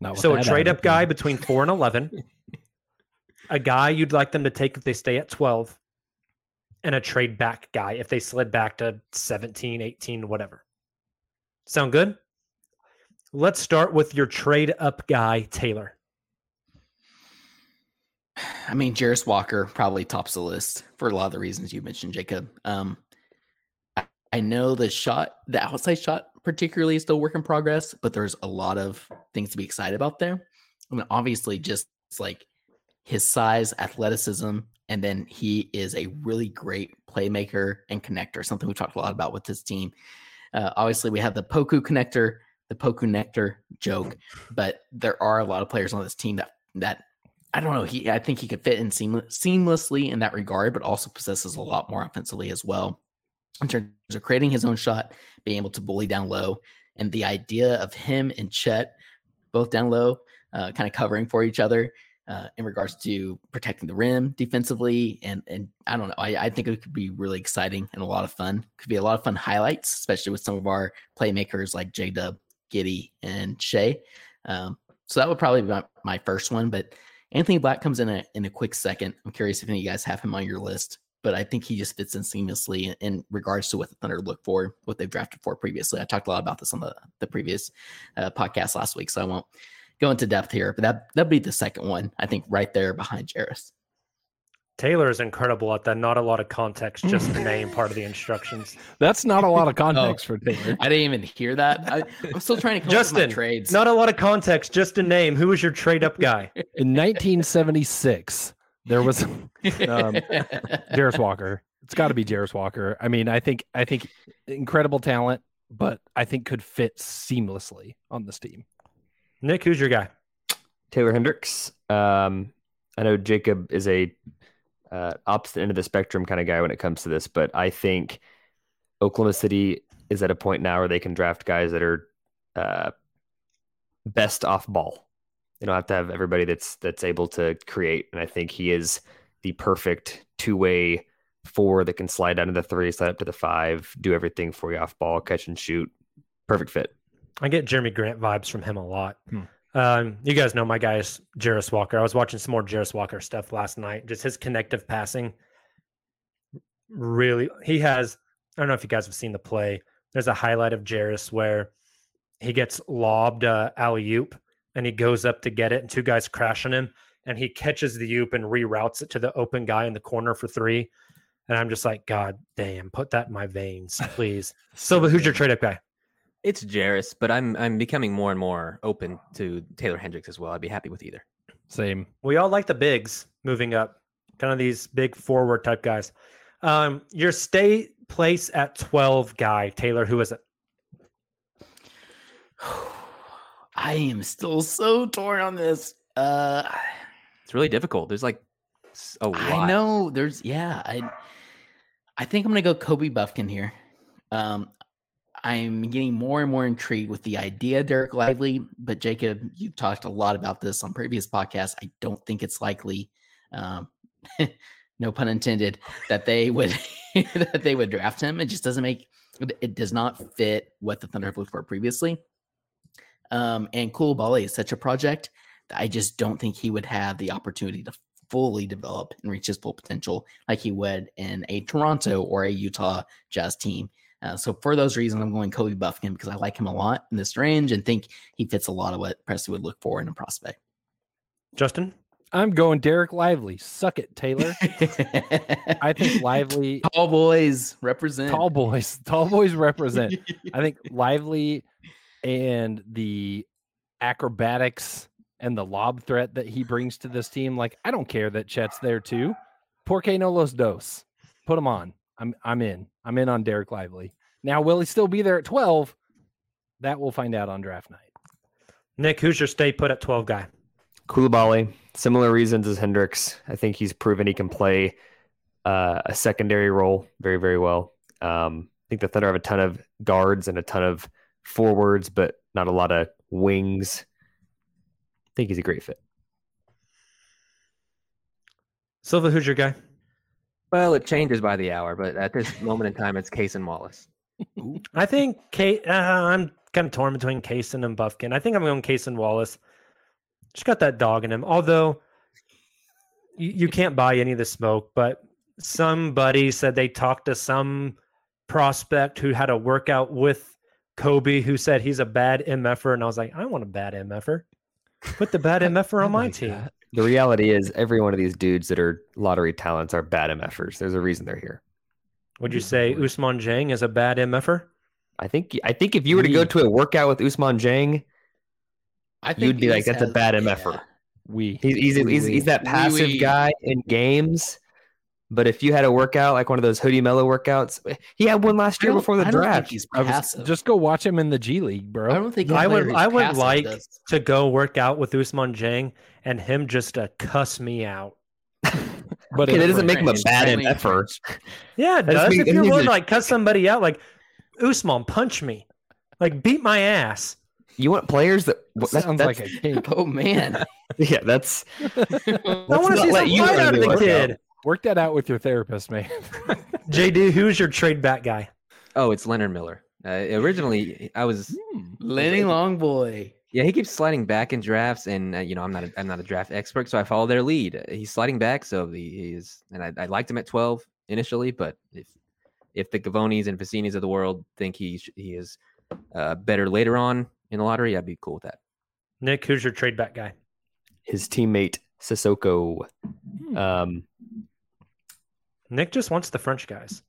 Speaker 3: Not with
Speaker 2: So a
Speaker 3: that
Speaker 2: trade up
Speaker 3: attitude.
Speaker 2: guy between four and 11, a guy you'd like them to take if they stay at 12, and a trade back guy if they slid back to 17, 18, whatever. Sound good? Let's start with your trade up guy, Taylor.
Speaker 4: I mean, Jairus Walker probably tops the list for a lot of the reasons you mentioned, Jacob. Um, I, I know the shot, the outside shot, particularly, is still work in progress, but there's a lot of things to be excited about there. I mean, obviously, just like his size, athleticism, and then he is a really great playmaker and connector, something we talked a lot about with this team. Uh, obviously, we have the Poku connector, the Poku nectar joke, but there are a lot of players on this team that that I don't know. He, I think he could fit in seamless, seamlessly in that regard, but also possesses a lot more offensively as well in terms of creating his own shot, being able to bully down low. and the idea of him and Chet both down low, uh, kind of covering for each other uh, in regards to protecting the rim defensively. And and I don't know, I, I think it could be really exciting and a lot of fun. Could be a lot of fun highlights, especially with some of our playmakers like J Dub, Giddy, and Shea. Um, so that would probably be my, my first one. But Anthony Black comes in a, in a quick second. I'm curious if any of you guys have him on your list, but I think he just fits in seamlessly in, in regards to what the Thunder look for, what they've drafted for previously. I talked a lot about this on the, the previous uh, podcast last week, so I won't go into depth here, but that, that'd be the second one, I think, right there behind Jarris.
Speaker 2: Taylor is incredible at that. Not a lot of context, just the name part of the instructions.
Speaker 3: (laughs) That's not a lot
Speaker 5: (laughs) Oh.
Speaker 3: of context for Taylor.
Speaker 4: I didn't even hear that. I, am still trying to come up with my
Speaker 2: Justin,
Speaker 4: trades. (laughs)
Speaker 2: not a lot of context, just a name. Who was your trade up guy?
Speaker 3: In 1976, there was (laughs) um, Jarris Walker. It's got to be Jarris Walker. I mean, I think I think incredible talent, but I think could fit seamlessly on this team.
Speaker 2: Nick, who's your guy?
Speaker 5: Taylor Hendricks. Um, I know Jacob is a uh, opposite end of the spectrum kind of guy when it comes to this, but I think Oklahoma City is at a point now where they can draft guys that are uh, best off ball. They don't have to have everybody that's that's able to create, and I think he is the perfect two way four that can slide down to the three, slide up to the five, do everything for you off ball, catch and shoot. Perfect fit.
Speaker 2: I get Jeremy Grant vibes from him a lot.
Speaker 3: Hmm.
Speaker 2: Um, you guys know my guy is Jarris Walker. I was watching some more Jarris Walker stuff last night. Just his connective passing. Really, he has. I don't know if you guys have seen the play. There's a highlight of Jarris where he gets lobbed uh, alley oop, and he goes up to get it, and two guys crash on him, and he catches the oop and reroutes it to the open guy in the corner for three. And I'm just like, God damn, put that in my veins, please. so, but who's your trade up guy?
Speaker 7: It's Jarris, but I'm I'm becoming more and more open to Taylor Hendricks as well. I'd be happy with either.
Speaker 3: Same.
Speaker 2: We all like the bigs moving up, kind of these big forward type guys. Um, your stay place at 12 guy, Taylor, who is it?
Speaker 4: (sighs) I am still so torn on this. Uh,
Speaker 7: It's really difficult. There's like s- a lot.
Speaker 4: I know there's yeah, I I think I'm gonna go Kobe Buffkin here. Um I'm getting more and more intrigued with the idea, Derek Lively. But Jacob, you talked a lot about this on previous podcasts. I don't think it's likely, um, (laughs) no pun intended, that they would (laughs) that they would draft him. It just doesn't make it- it does not fit what the Thunder have looked for previously. Um, and Cool Bali is such a project that I just don't think he would have the opportunity to fully develop and reach his full potential like he would in a Toronto or a Utah Jazz team. Uh, so for those reasons, I'm going Kobe Buffkin because I like him a lot in this range and think he fits a lot of what Presley would look for in a prospect.
Speaker 2: Justin?
Speaker 3: I'm going Derek Lively. Suck it, Taylor. I
Speaker 4: I
Speaker 3: think Lively,
Speaker 4: (laughs)
Speaker 5: (laughs)
Speaker 4: tall boys represent.
Speaker 3: tall boys, tall boys
Speaker 4: (laughs)
Speaker 3: represent. I think Lively and the acrobatics and the lob threat that he brings to this team. Like, I don't care that Chet's there too. Porque no los dos. Put him on. I'm I'm in. I'm in on Derek Lively. Now, will he still be there at 12? That we'll find out on draft night.
Speaker 2: Nick, who's your stay put at 12 guy?
Speaker 5: Koulibaly, similar reasons as Hendricks. I think he's proven he can play uh, a secondary role very, very well. Um, I think the Thunder have a ton of guards and a ton of forwards, but not a lot of wings. I think he's a great fit.
Speaker 2: Silva, who's your guy?
Speaker 7: Well, it changes by the hour, but at this moment in time, it's Case and Wallace.
Speaker 2: I think Kate, uh, I'm kind of torn between Kaysen and Buffkin. I think I'm going Kaysen Wallace. Just got that dog in him. Although you, you can't buy any of the smoke, but somebody said they talked to some prospect who had a workout with Kobe who said he's a bad MFer. And I was like, I want a bad MFer. Put the bad MFer on my team.
Speaker 5: The reality is, every one of these dudes that are lottery talents are bad MFers. There's a reason they're here.
Speaker 2: Would you say Usman Jang is a bad er? MFer?
Speaker 5: I think. I think if you were to go
Speaker 4: Agreed.
Speaker 5: to a workout with Usman Jang,
Speaker 4: I
Speaker 5: You'd be
Speaker 4: these
Speaker 5: like, that's a
Speaker 4: has-
Speaker 5: bad
Speaker 4: yeah.
Speaker 5: MFer.
Speaker 3: We
Speaker 5: He's he's, he's, he's that
Speaker 4: Wee
Speaker 5: passive
Speaker 4: wee.
Speaker 5: guy in games. But if you had a workout like one of those hoodie mellow workouts, he had one last
Speaker 4: I
Speaker 5: year
Speaker 4: don't-
Speaker 5: before the
Speaker 4: I don't think
Speaker 5: draft.
Speaker 4: he's
Speaker 3: I was-
Speaker 4: passive.
Speaker 3: just go watch him in the G League, bro.
Speaker 4: I don't think
Speaker 2: I would-
Speaker 4: Larry's
Speaker 2: I would
Speaker 4: passive
Speaker 2: like-
Speaker 4: does.
Speaker 2: To go work out with Usman Jang and him just to cuss me out.
Speaker 3: but
Speaker 5: Okay,
Speaker 3: it
Speaker 5: that doesn't make him a
Speaker 4: It's
Speaker 5: bad
Speaker 4: friendly.
Speaker 5: effort.
Speaker 2: Yeah, it
Speaker 5: That's
Speaker 2: does.
Speaker 5: me-
Speaker 2: If
Speaker 5: that
Speaker 2: you're
Speaker 5: means
Speaker 2: willing to
Speaker 5: that-
Speaker 2: like cut somebody out, like Usman, punch me. Like beat my ass.
Speaker 5: You want players that
Speaker 3: That
Speaker 5: that-
Speaker 3: sounds
Speaker 5: that's-
Speaker 3: like a cake.
Speaker 4: (laughs) Oh man.
Speaker 5: (laughs) yeah.
Speaker 4: (laughs)
Speaker 5: That's
Speaker 2: I want to see some fight out of the
Speaker 3: work
Speaker 2: kid.
Speaker 3: Work that out with your therapist, man. (laughs)
Speaker 2: JD, who's your trade back guy?
Speaker 7: Oh, it's Leonard Miller. Uh, originally, I was
Speaker 4: Lenny Longboy.
Speaker 7: yeah. He keeps sliding back in drafts, and uh, you know I'm not a, I'm not a draft expert, so I follow their lead. Uh, He's sliding back, so the, he's and I, I liked him at 12 initially, but if if the Gavonis and Vicinis of the world think he sh- he is uh, better later on in the lottery, I'd be cool with that.
Speaker 2: Nick, who's your trade back guy?
Speaker 5: his teammate Sissoko. Um,
Speaker 2: Nick just wants the French guys.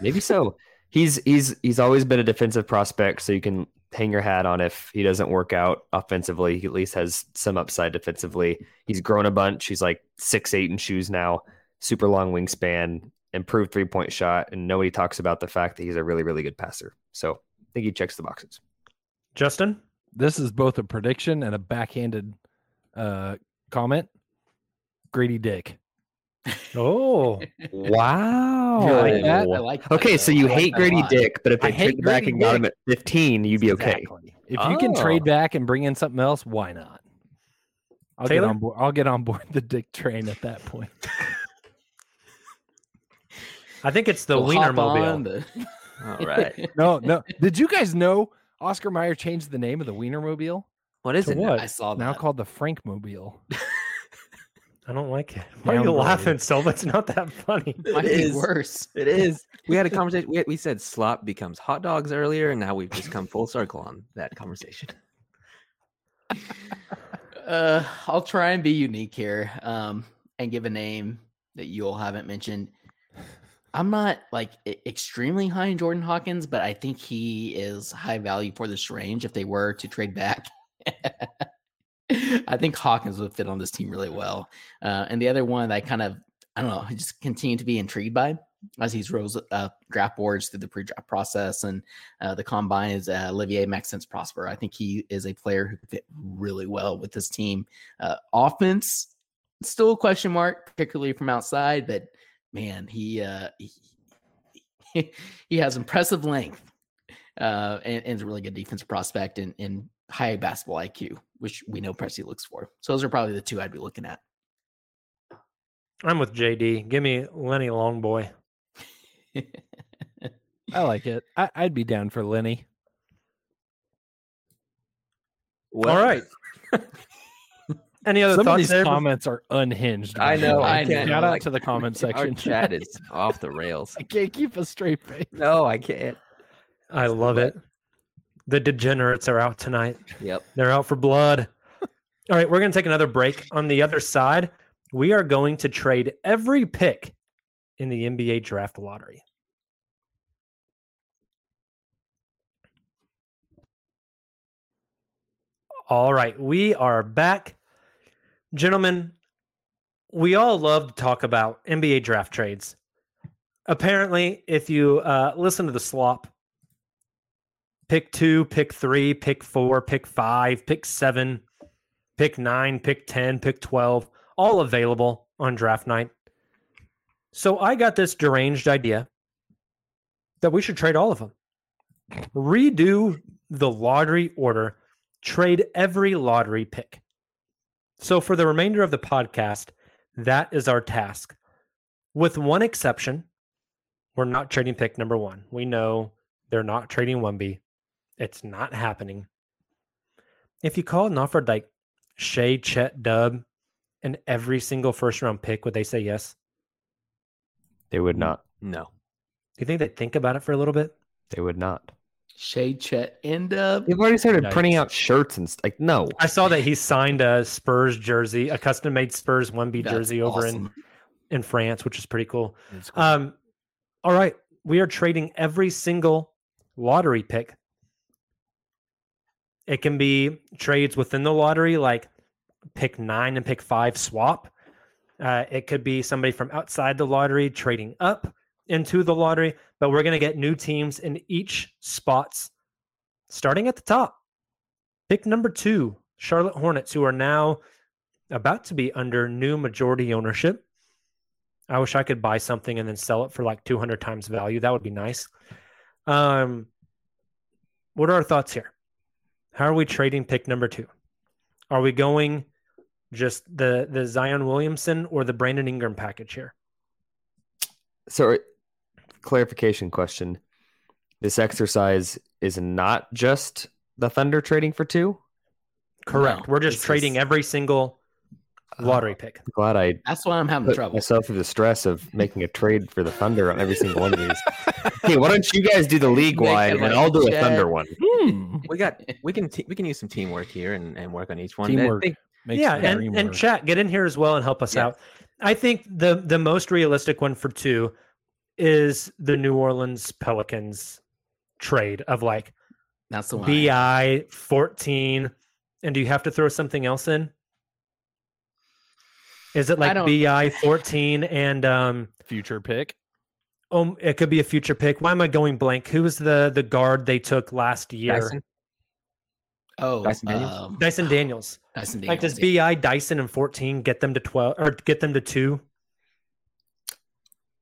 Speaker 5: maybe so. He's he's he's always been a defensive prospect, so you can hang your hat on if he doesn't work out offensively. He at least has some upside defensively. He's grown a bunch. He's like six eight in shoes now, super long wingspan, improved three point shot, and nobody talks about the fact that he's a really really good passer. So I think he checks the boxes.
Speaker 2: Justin?
Speaker 3: this is both a prediction and a backhanded uh, comment. Greedy Dick.
Speaker 2: Oh,
Speaker 5: Wow.
Speaker 3: You like that?
Speaker 4: I like that,
Speaker 5: Okay, so
Speaker 4: though.
Speaker 5: you
Speaker 4: I like
Speaker 5: hate
Speaker 4: that a
Speaker 5: Grady
Speaker 4: lot.
Speaker 5: Dick, but if
Speaker 4: I
Speaker 5: they
Speaker 4: hate
Speaker 5: traded back
Speaker 4: Grady
Speaker 5: and got him
Speaker 4: Dick.
Speaker 5: at 15, you'd be okay.
Speaker 3: Exactly. If you can
Speaker 5: Oh.
Speaker 3: trade back and bring in something else, why not? I'll
Speaker 2: Taylor?
Speaker 3: get on board. I'll get on board the Dick train at that point.
Speaker 2: I think it's the
Speaker 4: We'll
Speaker 2: Wiener
Speaker 4: hop on
Speaker 2: Mobile.
Speaker 4: (laughs) the-
Speaker 7: All right.
Speaker 3: (laughs) No, (laughs) no. Did you guys know Oscar Meyer changed the name of the Wienermobile?
Speaker 7: what is
Speaker 3: To
Speaker 7: it? now?
Speaker 3: what?
Speaker 4: I saw that.
Speaker 3: Now called the Frankmobile. (laughs)
Speaker 2: I don't like it. Why are you
Speaker 3: Downgrade.
Speaker 2: laughing so? It's not that funny.
Speaker 4: Might
Speaker 7: It
Speaker 4: be
Speaker 7: is.
Speaker 4: worse.
Speaker 7: It is. We had a conversation. We, we said slop becomes hot dogs earlier, and now we've just come full circle on that
Speaker 5: (laughs)
Speaker 7: conversation.
Speaker 4: Uh, I'll try and be unique here um, and give a name that you all haven't mentioned. I'm not like e- extremely high in Jordan Hawkins, but I think he is high value for this range if they were to trade back. (laughs) I think Hawkins would fit on this team really well. Uh, and the other one that I kind of, I don't know, I just continue to be intrigued by as he's rose uh, draft boards through the pre-draft process and uh, the combine is uh, Olivier Maxence Prosper. I think he is a player who could fit really well with this team. Uh, offense, still a question mark, particularly from outside, but man, he uh, he, (laughs) he has impressive length uh, and, and is a really good defense prospect and, and high basketball IQ, which we know Presti looks for. So those are probably the two I'd be looking at. (laughs)
Speaker 2: I'm with JD. Give me Lenny Longboy.
Speaker 3: I like it. I, I'd be down
Speaker 7: (laughs)
Speaker 3: for Lenny.
Speaker 2: All right. (laughs) Any other
Speaker 3: Some of
Speaker 2: thoughts
Speaker 3: these
Speaker 2: there? bef-
Speaker 3: comments are unhinged.
Speaker 7: I
Speaker 3: by the
Speaker 7: know,
Speaker 3: way.
Speaker 4: I know.
Speaker 3: Shout out
Speaker 7: Like, (laughs)
Speaker 3: to the comment
Speaker 7: Our
Speaker 3: section.
Speaker 7: chat is off the rails.
Speaker 3: (laughs) I can't keep a straight face.
Speaker 7: No, I can't.
Speaker 2: I love it. The degenerates are out tonight.
Speaker 7: Yep.
Speaker 2: They're out for blood. All right, we're going to take another break. On the other side, we are going to trade every pick in the NBA draft lottery. All right, we are back. Gentlemen, we all love to talk about NBA draft trades. Apparently, if you uh, listen to the slop pick two, pick three, pick four, pick five, pick seven, pick nine, pick 10, pick 12, all available on draft night. So I got this deranged idea that we should trade all of them, redo the lottery order, trade every lottery pick. So for the remainder of the podcast, that is our task. With one exception, we're not trading pick number one. We know they're not trading Wemby. It's not happening. If you call and offered like Shea, Chet, Dub, and every single first round pick, would they say yes?
Speaker 5: They would not.
Speaker 7: No.
Speaker 2: Do you think they'd think about it for a little bit?
Speaker 5: They would not.
Speaker 4: Shea Chet end up.
Speaker 5: They've already started printing
Speaker 2: Yikes.
Speaker 5: out shirts and st- like no.
Speaker 2: I saw that he signed a Spurs jersey, a custom made Spurs 1B
Speaker 4: That's
Speaker 2: jersey over
Speaker 4: awesome.
Speaker 2: in, in France, which is pretty cool. Um, all right. We are trading every single lottery pick. It can be trades within the lottery, like pick nine and pick five swap. Uh, it could be somebody from outside the lottery trading up into the lottery, but we're going to get new teams in each spots starting at the top. Pick number two, Charlotte Hornets, who are now about to be under new majority ownership. I wish I could buy something and then sell it for like 200 times value. That would be nice. Um, what are our thoughts here? How are we trading pick number two? Are we going just the the Zion Williamson or the Brandon Ingram package here?
Speaker 5: So, uh, clarification question: This exercise is not just the Thunder trading for two.
Speaker 2: Correct.
Speaker 4: No,
Speaker 2: We're just
Speaker 4: this
Speaker 2: trading
Speaker 4: is- Oh,
Speaker 2: every single lottery pick.
Speaker 5: Glad I
Speaker 4: That's why I'm having
Speaker 5: put
Speaker 4: trouble.
Speaker 5: myself through the stress of making a trade for the Thunder on every single one of
Speaker 4: (laughs)
Speaker 5: these. hey, why don't you guys do the league wide and I'll do a Thunder one?
Speaker 3: Hmm.
Speaker 7: We got we can te- we can use some teamwork here and, and work on each one. I
Speaker 3: Teamwork
Speaker 7: think-
Speaker 3: makes
Speaker 2: yeah,
Speaker 3: the
Speaker 2: and,
Speaker 3: dream
Speaker 2: and
Speaker 3: work.
Speaker 2: chat, get in here as well and help us
Speaker 7: Yeah.
Speaker 2: out. I think the the most realistic one for two is the New Orleans Pelicans trade of like
Speaker 4: That's the one. I-
Speaker 2: BI 14. And do you have to throw something else in? Is it
Speaker 4: I
Speaker 2: like
Speaker 4: don't-
Speaker 2: BI 14 and um
Speaker 3: future pick.
Speaker 2: oh it could be a future pick. Why am I going blank? Who was the the guard they took last year?
Speaker 7: Dyson,
Speaker 4: Oh,
Speaker 7: Dyson Daniels?
Speaker 4: um,
Speaker 2: Dyson Daniels.
Speaker 4: (sighs) Dyson
Speaker 2: Like does
Speaker 4: Daniels, yeah.
Speaker 2: BI Dyson and 14 get them to 12 or get them to 2?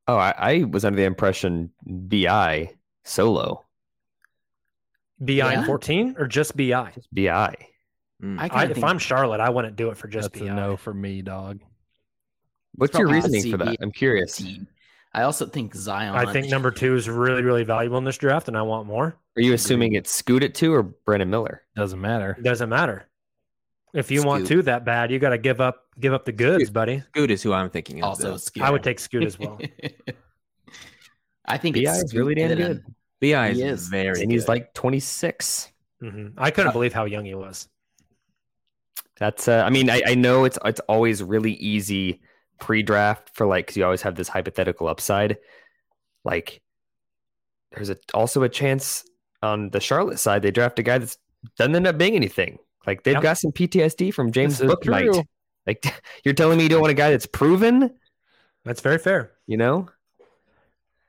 Speaker 5: Oh, I, I was under the impression Bi solo
Speaker 2: BI and
Speaker 4: Yeah.
Speaker 2: 14 or just BI?
Speaker 5: Bi.
Speaker 7: mm.
Speaker 4: I
Speaker 2: I,
Speaker 4: kind of
Speaker 2: if
Speaker 4: think
Speaker 2: I'm Charlotte, I wouldn't do it for just
Speaker 3: That's
Speaker 2: BI.
Speaker 3: a no for me, dog.
Speaker 5: What's your
Speaker 4: probably
Speaker 5: reasoning for that?
Speaker 4: CB.
Speaker 5: I'm curious.
Speaker 4: team. I also think Zion.
Speaker 2: I think number 2 is really really valuable in this draft and I want more.
Speaker 5: Are you assuming it's Scoot at two or Brandon Miller?
Speaker 3: Doesn't matter.
Speaker 2: It doesn't matter. If you want
Speaker 4: Scoot.
Speaker 2: to that bad, you got to give up give up the goods, buddy.
Speaker 7: Scoot is who I'm thinking of.
Speaker 4: also
Speaker 7: though.
Speaker 4: Scoot.
Speaker 2: I would
Speaker 4: (laughs)
Speaker 2: take Scoot
Speaker 7: (laughs)
Speaker 2: as well.
Speaker 4: I think
Speaker 5: B.I.
Speaker 4: it's
Speaker 5: is really
Speaker 4: Scoot
Speaker 5: damn
Speaker 4: and then-
Speaker 7: Bi
Speaker 4: He
Speaker 7: is
Speaker 4: is.
Speaker 7: very.
Speaker 5: and he's
Speaker 7: good.
Speaker 5: like 26.
Speaker 2: hmm I
Speaker 7: Uh,
Speaker 2: couldn't believe how young he was.
Speaker 5: That's. Uh, I mean, I, I know it's it's always really easy pre-draft for like 'cause you always have this hypothetical upside. Like, there's a, also a chance on the Charlotte side they draft a guy that's doesn't end up being anything. Like they've
Speaker 2: Yep.
Speaker 5: got some PTSD from James
Speaker 3: This is
Speaker 5: Booknight.
Speaker 3: true.
Speaker 5: Like (laughs) you're telling me you don't want a guy that's proven.
Speaker 2: That's very fair.
Speaker 5: You know, I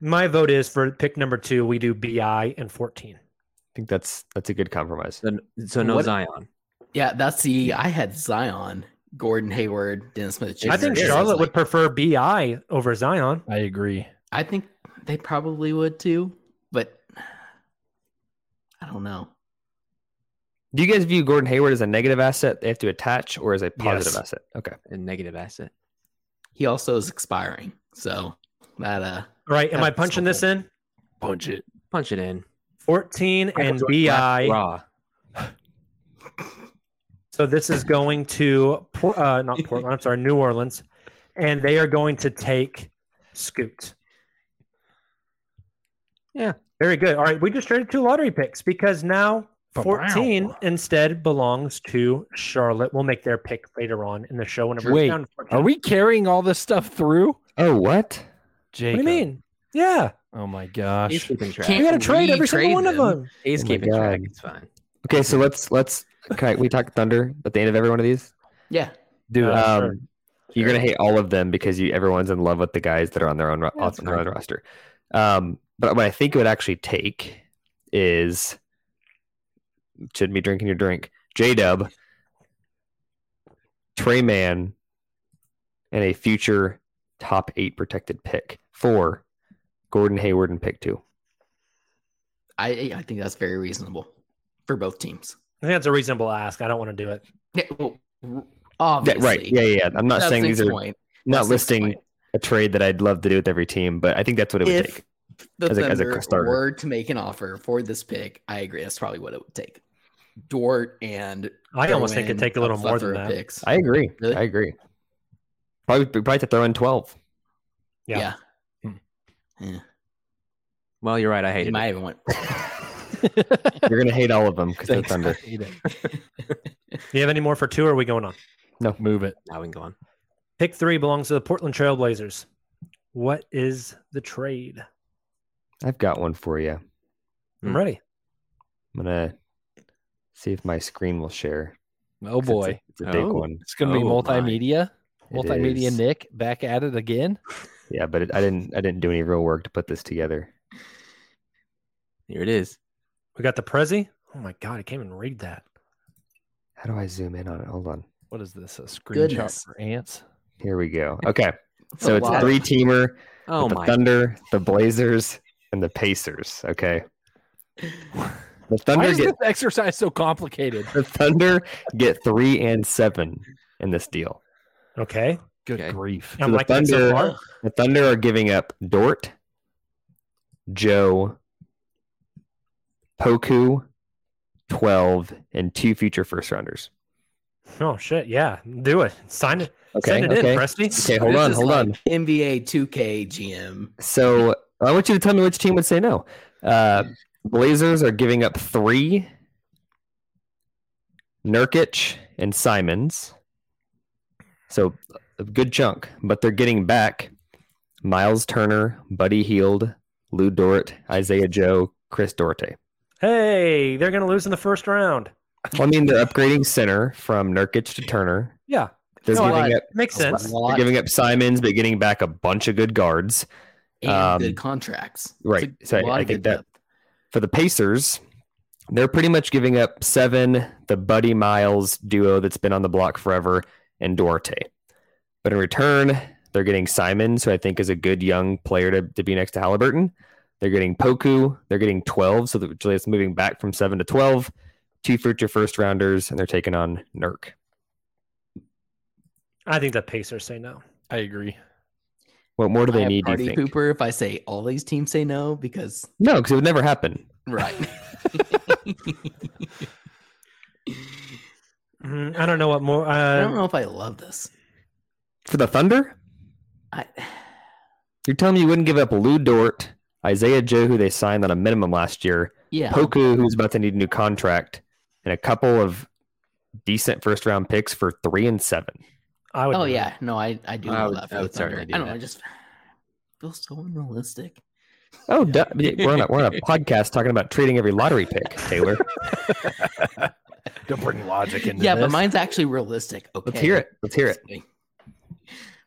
Speaker 2: My vote is for pick number 2 we do BI and 14.
Speaker 5: think that's that's a good compromise.
Speaker 7: so, so no
Speaker 4: What-
Speaker 7: Zion.
Speaker 4: Yeah, that's the. I had Zion, Gordon Hayward, Dennis Smith.
Speaker 2: I
Speaker 4: Jr.
Speaker 2: think
Speaker 4: So it's
Speaker 2: Charlotte would
Speaker 4: like-
Speaker 2: prefer BI over Zion.
Speaker 3: I agree.
Speaker 4: I think they probably would too, but I don't know.
Speaker 5: Do you guys view Gordon Hayward as a negative asset they have to attach, or as a positive
Speaker 2: Yes.
Speaker 5: asset? Okay.
Speaker 7: A negative asset.
Speaker 4: He also is expiring, so that uh,
Speaker 2: All Right? Am I
Speaker 4: That's the
Speaker 2: punching this
Speaker 4: whole-
Speaker 2: in?
Speaker 3: Punch it.
Speaker 7: Punch it in.
Speaker 2: 14 and
Speaker 7: Last
Speaker 2: BI.
Speaker 7: Raw.
Speaker 2: So this is going to Por- uh,
Speaker 3: (laughs)
Speaker 2: not Portland. I'm sorry, New Orleans, and they are going to take Scoot.
Speaker 7: Yeah.
Speaker 2: very good. All right, we just traded two lottery picks because now
Speaker 3: Ba-wow.
Speaker 2: 14 instead belongs to Charlotte. We'll make their pick later on in the show. Whenever we're
Speaker 3: Wait,
Speaker 2: down 14.
Speaker 3: Are we carrying all this stuff through?
Speaker 5: Oh, what?
Speaker 2: What
Speaker 3: Jake.
Speaker 2: do you mean? Yeah,
Speaker 3: Oh my
Speaker 7: He's
Speaker 3: gosh.
Speaker 7: keeping track.
Speaker 2: we got to trade every
Speaker 4: Retrade
Speaker 2: single one of them.
Speaker 7: He's
Speaker 5: Oh my
Speaker 7: keeping track.
Speaker 5: God.
Speaker 7: It's fine.
Speaker 5: Okay, so let's let's okay, we talk Thunder at the end of every one of
Speaker 4: (laughs)
Speaker 5: these.
Speaker 4: yeah,
Speaker 2: Dude,
Speaker 5: um, You're gonna hate all of them because you everyone's in love with the guys that are on their own ro- on their own roster. Um, but what I think it would actually take is shouldn't be drinking your drink. J Dub, Trey Man, and a future top eight protected pick for Gordon Hayward and pick two.
Speaker 4: I I think that's very reasonable for both teams.
Speaker 2: I think that's a reasonable ask. I don't want to do it.
Speaker 4: Yeah, well, r-
Speaker 5: Yeah,
Speaker 4: obviously,
Speaker 5: right? Yeah, yeah. yeah. I'm not
Speaker 4: That's
Speaker 5: saying
Speaker 4: his
Speaker 5: these are
Speaker 4: point.
Speaker 5: not
Speaker 4: That's his
Speaker 5: listing
Speaker 4: point.
Speaker 5: a trade that I'd love to do with every team, but I think that's what it would
Speaker 4: If
Speaker 5: take.
Speaker 4: the
Speaker 5: as a- as a
Speaker 4: Thunder
Speaker 5: starter.
Speaker 4: were to make an offer for this pick, I agree. That's probably what it would take. Dort and
Speaker 2: I almost think
Speaker 4: throw
Speaker 2: it'd take a
Speaker 4: in
Speaker 2: little more than
Speaker 4: plethora of
Speaker 2: that.
Speaker 4: Picks.
Speaker 5: I agree.
Speaker 4: Really?
Speaker 5: I agree. Probably probably to throw in twelve.
Speaker 2: Yeah.
Speaker 4: yeah,
Speaker 7: Well, you're right. I hate
Speaker 4: He
Speaker 7: it.
Speaker 4: might even (laughs) went.
Speaker 3: (laughs)
Speaker 5: You're gonna hate all of them
Speaker 4: (laughs)
Speaker 5: because they're
Speaker 3: Thanks.
Speaker 5: Thunder.
Speaker 3: Hate it.
Speaker 2: Do you have any more for two? or Are we going on?
Speaker 3: Move it.
Speaker 7: Now we can go on.
Speaker 2: Pick three belongs to the Portland Trailblazers. What is the trade?
Speaker 5: I've got one for you. I'm
Speaker 2: I'm
Speaker 7: Hmm.
Speaker 2: ready.
Speaker 5: gonna see if my screen will share.
Speaker 3: Oh
Speaker 5: 'cause it's a-
Speaker 3: boy.
Speaker 5: it's a, big
Speaker 7: Oh.
Speaker 5: one.
Speaker 3: It's gonna
Speaker 7: Oh,
Speaker 3: be
Speaker 7: my.
Speaker 3: multimedia.
Speaker 5: It
Speaker 3: Multimedia
Speaker 5: is.
Speaker 3: Nick back at it again.
Speaker 5: Yeah, but it, I didn't. I didn't do any real work to put this together.
Speaker 7: Here it is.
Speaker 2: We got the Prezi. Oh my God, I can't even read that.
Speaker 5: How do I zoom in on it? Hold on.
Speaker 3: What is this? A screenshot
Speaker 4: Goodness.
Speaker 3: for ants? (laughs)
Speaker 5: Here we go. Okay, (laughs) so
Speaker 4: a
Speaker 5: it's a
Speaker 4: lot.
Speaker 5: three teamer.
Speaker 7: Oh
Speaker 5: the
Speaker 7: my.
Speaker 5: Thunder, the Blazers, and the Pacers. Okay. The
Speaker 3: Why
Speaker 5: Thunder
Speaker 3: is
Speaker 5: get
Speaker 3: this exercise so complicated?
Speaker 5: the Thunder get three and seven in this deal.
Speaker 2: Okay.
Speaker 3: Good
Speaker 7: Okay.
Speaker 3: grief.
Speaker 2: I'm
Speaker 5: the
Speaker 2: liking it so
Speaker 5: Thunder-
Speaker 2: far.
Speaker 5: The Thunder are giving up Dort, Joe, Poku, twelve, and two future first rounders.
Speaker 2: Oh shit. Yeah. Do it. Sign it.
Speaker 5: Okay.
Speaker 2: Send it
Speaker 5: okay.
Speaker 2: in, Presty.
Speaker 5: Okay, hold
Speaker 4: This
Speaker 5: on,
Speaker 4: is
Speaker 5: hold
Speaker 4: like
Speaker 5: on.
Speaker 4: NBA 2K GM.
Speaker 5: So I want you to tell me which team would say no. Uh, Blazers are giving up three. Nurkic and Simons. So a good chunk, but they're getting back Miles Turner, Buddy Heald, Lou Dort, Isaiah Joe, Chris Dorte.
Speaker 2: Hey, they're gonna lose in the first round.
Speaker 5: Well, I mean, they're upgrading center from Nurkic to Turner.
Speaker 2: Yeah.
Speaker 5: They're
Speaker 2: No,
Speaker 5: giving up
Speaker 2: Makes sense.
Speaker 5: they're giving up Simons, but getting back a bunch of good guards.
Speaker 4: and
Speaker 5: um,
Speaker 4: good contracts. It's
Speaker 5: right.
Speaker 4: a
Speaker 5: So I-
Speaker 4: lot
Speaker 5: I think
Speaker 4: of good
Speaker 5: that-
Speaker 4: depth.
Speaker 5: for the Pacers, they're pretty much giving up seven, the Buddy Miles duo that's been on the block forever, and Duarte. But in return, they're getting Simons, who I think is a good young player to, to be next to Halliburton. They're getting Poku. They're getting 12, so that- so it's moving back from 7 to 12. Two future first rounders, and they're taking on Nurk.
Speaker 2: I think the Pacers say no.
Speaker 3: I agree.
Speaker 5: What more do
Speaker 4: I
Speaker 5: they
Speaker 4: have
Speaker 5: need, do you
Speaker 4: Party
Speaker 5: think?
Speaker 4: pooper if I say all these teams say no because
Speaker 5: No, because it would never happen.
Speaker 4: (laughs) right.
Speaker 2: Mm, I don't know what more. Uh,
Speaker 4: I don't know if I love this.
Speaker 5: For the Thunder,
Speaker 4: I
Speaker 5: you're telling me you wouldn't give up Lou Dort, Isaiah Joe, who they signed on a minimum last year,
Speaker 4: yeah.
Speaker 5: Poku, who's about to need a new contract, and a couple of decent first round picks for three and seven.
Speaker 2: I would.
Speaker 4: Oh
Speaker 2: do
Speaker 4: yeah, no, I I do
Speaker 7: I
Speaker 4: love
Speaker 7: would-
Speaker 4: that.
Speaker 7: I
Speaker 4: For the
Speaker 7: would
Speaker 4: Thunder.
Speaker 7: certainly
Speaker 4: I
Speaker 7: do
Speaker 4: don't know.
Speaker 7: that.
Speaker 4: I just feel so unrealistic.
Speaker 5: Oh, duh. we're on a, we're on
Speaker 3: (laughs)
Speaker 5: a podcast talking about trading every lottery pick, Taylor.
Speaker 3: Don't bring logic into
Speaker 4: yeah, but
Speaker 3: this.
Speaker 4: mine's actually realistic. Okay,
Speaker 5: Let's hear it. Let's hear it.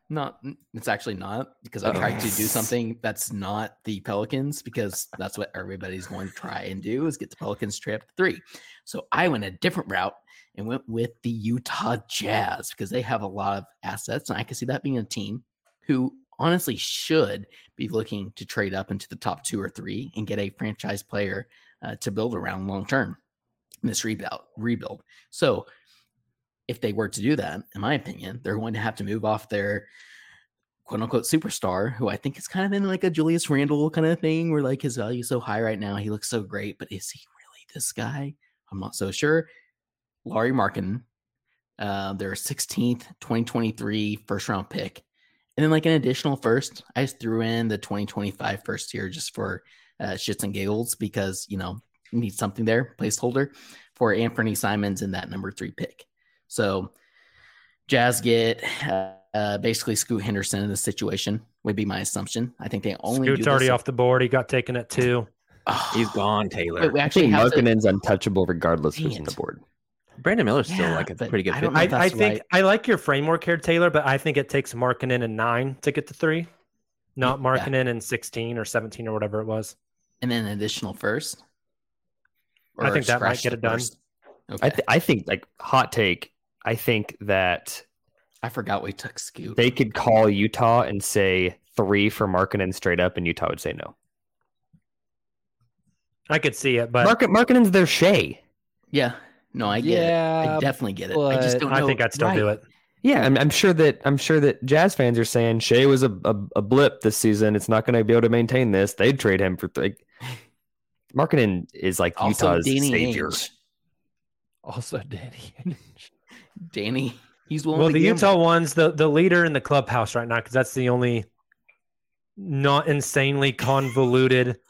Speaker 4: Not it's actually not because I tried to do something that's not the Pelicans because that's what everybody's going to try and do is get the Pelicans trip three. So I went a different route and went with the Utah Jazz because they have a lot of assets and I can see that being a team who honestly should be looking to trade up into the top two or three and get a franchise player uh, to build around long term in this rebuild rebuild. So if they were to do that, in my opinion, they're going to have to move off their quote unquote superstar, who I think is kind of in like a Julius Randle kind of thing where like his value is so high right now. He looks so great, but is he really this guy? I'm not so sure. Laurie Markin, uh, their 16th 2023 first round pick. And then like an additional first, I just threw in the 2025 first year just for uh, shits and giggles because, you know, you need something there, placeholder for Anthony Simons in that number three pick. So Jazz get uh, uh, basically Scoot Henderson in this situation would be my assumption. I think they only do
Speaker 2: Scoot's
Speaker 4: this
Speaker 2: already
Speaker 4: if-
Speaker 2: off the board. He got taken at two.
Speaker 4: (sighs) Oh,
Speaker 7: He's gone, Taylor.
Speaker 4: Wait, we
Speaker 5: I
Speaker 4: actually
Speaker 5: think
Speaker 4: have to-
Speaker 5: Markkinen's untouchable regardless who's
Speaker 4: Dang
Speaker 5: on the
Speaker 4: it.
Speaker 5: board.
Speaker 7: Brandon Miller's still
Speaker 4: Yeah,
Speaker 7: like a
Speaker 4: but
Speaker 7: pretty good
Speaker 4: I
Speaker 7: fit.
Speaker 4: don't
Speaker 2: I,
Speaker 4: know.
Speaker 2: I
Speaker 4: That's
Speaker 2: think
Speaker 4: right.
Speaker 2: I like your framework here, Taylor, but I think it takes Markinen and nine to get to three, not
Speaker 4: Yeah.
Speaker 2: Markinen and sixteen or seventeen or whatever it was.
Speaker 4: and then an additional first.
Speaker 2: I think that might
Speaker 4: scratch
Speaker 2: get
Speaker 4: the
Speaker 2: it done.
Speaker 4: first? Okay.
Speaker 5: I,
Speaker 4: I,
Speaker 5: th- I think, like, hot take, I think that
Speaker 4: forgot we took Scoot.
Speaker 5: they could call Utah and say three for Markkinen straight up, and Utah would say no.
Speaker 2: I could see it, but
Speaker 5: Mark- Markkinen's their Shea.
Speaker 4: yeah. No, I get it.
Speaker 3: yeah,
Speaker 4: I definitely get it. I just
Speaker 3: but
Speaker 4: don't know.
Speaker 2: I think I'd still do
Speaker 4: right.
Speaker 2: it.
Speaker 5: Yeah, I'm, I'm sure that I'm sure that Jazz fans are saying Shea was a, a, a blip this season. It's not going to be able to maintain this. They'd trade him for like Markkinen is like
Speaker 4: Also,
Speaker 5: Utah's
Speaker 4: Danny
Speaker 5: savior.
Speaker 4: Ainge.
Speaker 3: also (laughs) Danny.
Speaker 4: Danny, he's willing
Speaker 2: Well,
Speaker 4: to
Speaker 2: the
Speaker 4: gamble.
Speaker 2: Utah one's the the leader in the clubhouse right now because that's the only not insanely
Speaker 4: (laughs)
Speaker 2: convoluted.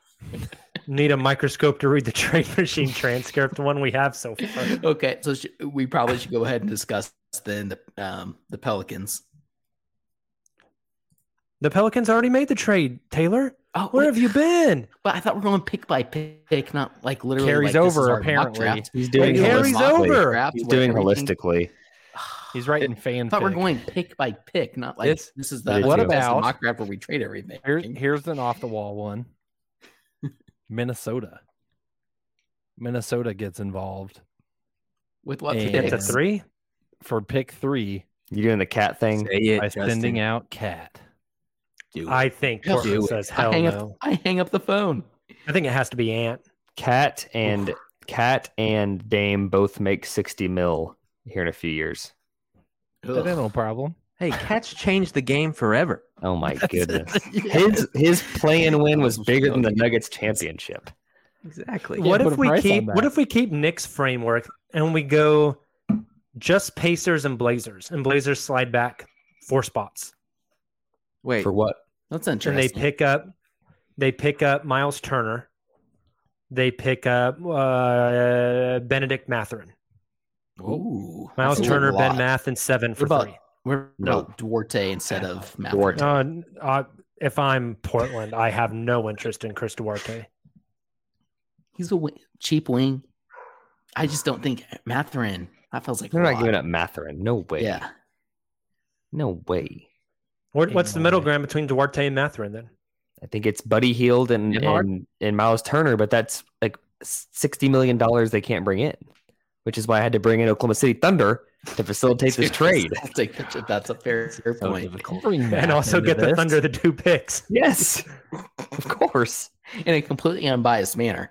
Speaker 2: Need a microscope to read the trade machine transcript one we have (laughs) so far.
Speaker 4: okay, so sh- we probably should go ahead and discuss then the um, the Pelicans.
Speaker 2: The Pelicans already made the trade, Taylor.
Speaker 4: Oh,
Speaker 2: Where
Speaker 4: wait,
Speaker 2: have you been?
Speaker 4: But I thought we are going pick by pick, not like literally.
Speaker 3: Carries
Speaker 4: like, this is
Speaker 3: over,
Speaker 4: our mock
Speaker 3: apparently.
Speaker 4: draft.
Speaker 5: He's
Speaker 2: doing
Speaker 5: doing
Speaker 2: It carries
Speaker 5: holistically.
Speaker 2: holistically. over.
Speaker 4: Draft
Speaker 5: He's
Speaker 4: where
Speaker 5: doing
Speaker 4: everything-
Speaker 5: holistically.
Speaker 4: (sighs)
Speaker 3: He's writing (laughs) fan.
Speaker 4: I thought we're going pick by pick, not like
Speaker 7: It's-
Speaker 4: this is
Speaker 5: I
Speaker 4: the
Speaker 5: do
Speaker 4: what
Speaker 5: too.
Speaker 4: about
Speaker 3: about-
Speaker 4: mock draft where we trade everything.
Speaker 3: Here's here's an off the wall one. (laughs) Minnesota. Minnesota gets involved
Speaker 4: With what
Speaker 3: It's
Speaker 2: It's a
Speaker 3: Yeah.
Speaker 2: three.
Speaker 3: for pick three
Speaker 5: You doing the cat thing?
Speaker 7: Say it,
Speaker 3: by
Speaker 7: Justin.
Speaker 3: sending out Cat.
Speaker 2: I think
Speaker 4: Hell
Speaker 2: Portland
Speaker 7: do it.
Speaker 2: says
Speaker 4: I
Speaker 2: hell
Speaker 4: hang
Speaker 2: no.
Speaker 4: up. I hang up the phone.
Speaker 2: I think it has to be Ant.
Speaker 5: Cat and Cat and Dame both make 60 mil here in a few years.
Speaker 3: That ain't no problem.
Speaker 7: Hey, Cat's changed the game forever.
Speaker 5: Oh
Speaker 4: (laughs)
Speaker 5: my goodness. His his play and win was bigger than the Nuggets championship.
Speaker 7: Exactly.
Speaker 2: what
Speaker 3: put
Speaker 2: if
Speaker 3: a
Speaker 2: we
Speaker 3: price on
Speaker 2: keep
Speaker 3: that.
Speaker 2: what if we keep Nick's framework and we go just Pacers and Blazers and Blazers slide back four spots
Speaker 7: Wait,
Speaker 5: For what?
Speaker 4: That's
Speaker 2: and
Speaker 4: interesting.
Speaker 2: they pick up they pick up Miles Turner, they pick up uh, Benedict Matherin,
Speaker 4: Ooh,
Speaker 2: Miles
Speaker 4: that's a
Speaker 2: Turner, Ben
Speaker 4: lot.
Speaker 2: Math, and seven for
Speaker 4: about-
Speaker 2: three.
Speaker 4: We're
Speaker 5: No.
Speaker 4: about Duarte instead of Matherin.
Speaker 5: Duarte.
Speaker 2: Uh, n- uh, if I'm Portland, I have no interest in Chris Duarte.
Speaker 4: He's a wing, cheap wing. I just don't think Matherin. That feels like a
Speaker 5: They're not
Speaker 4: lot.
Speaker 5: giving up Matherin. No way.
Speaker 4: Yeah,
Speaker 5: No way.
Speaker 2: What, what's the middle ground between Duarte and Matherin then?
Speaker 5: I think it's Buddy Heald and
Speaker 7: Nimhard?
Speaker 5: and, and Miles Turner, but that's like sixty million dollars they can't bring in, which is why I had to bring in Oklahoma City Thunder to
Speaker 4: (laughs)
Speaker 5: facilitate this
Speaker 4: Dude,
Speaker 5: trade.
Speaker 4: That's a, that's a- that's a fair, fair
Speaker 7: so
Speaker 4: point.
Speaker 7: difficult.
Speaker 2: And also get the Thunder the two picks.
Speaker 5: Yes, of course.
Speaker 4: In a completely unbiased manner.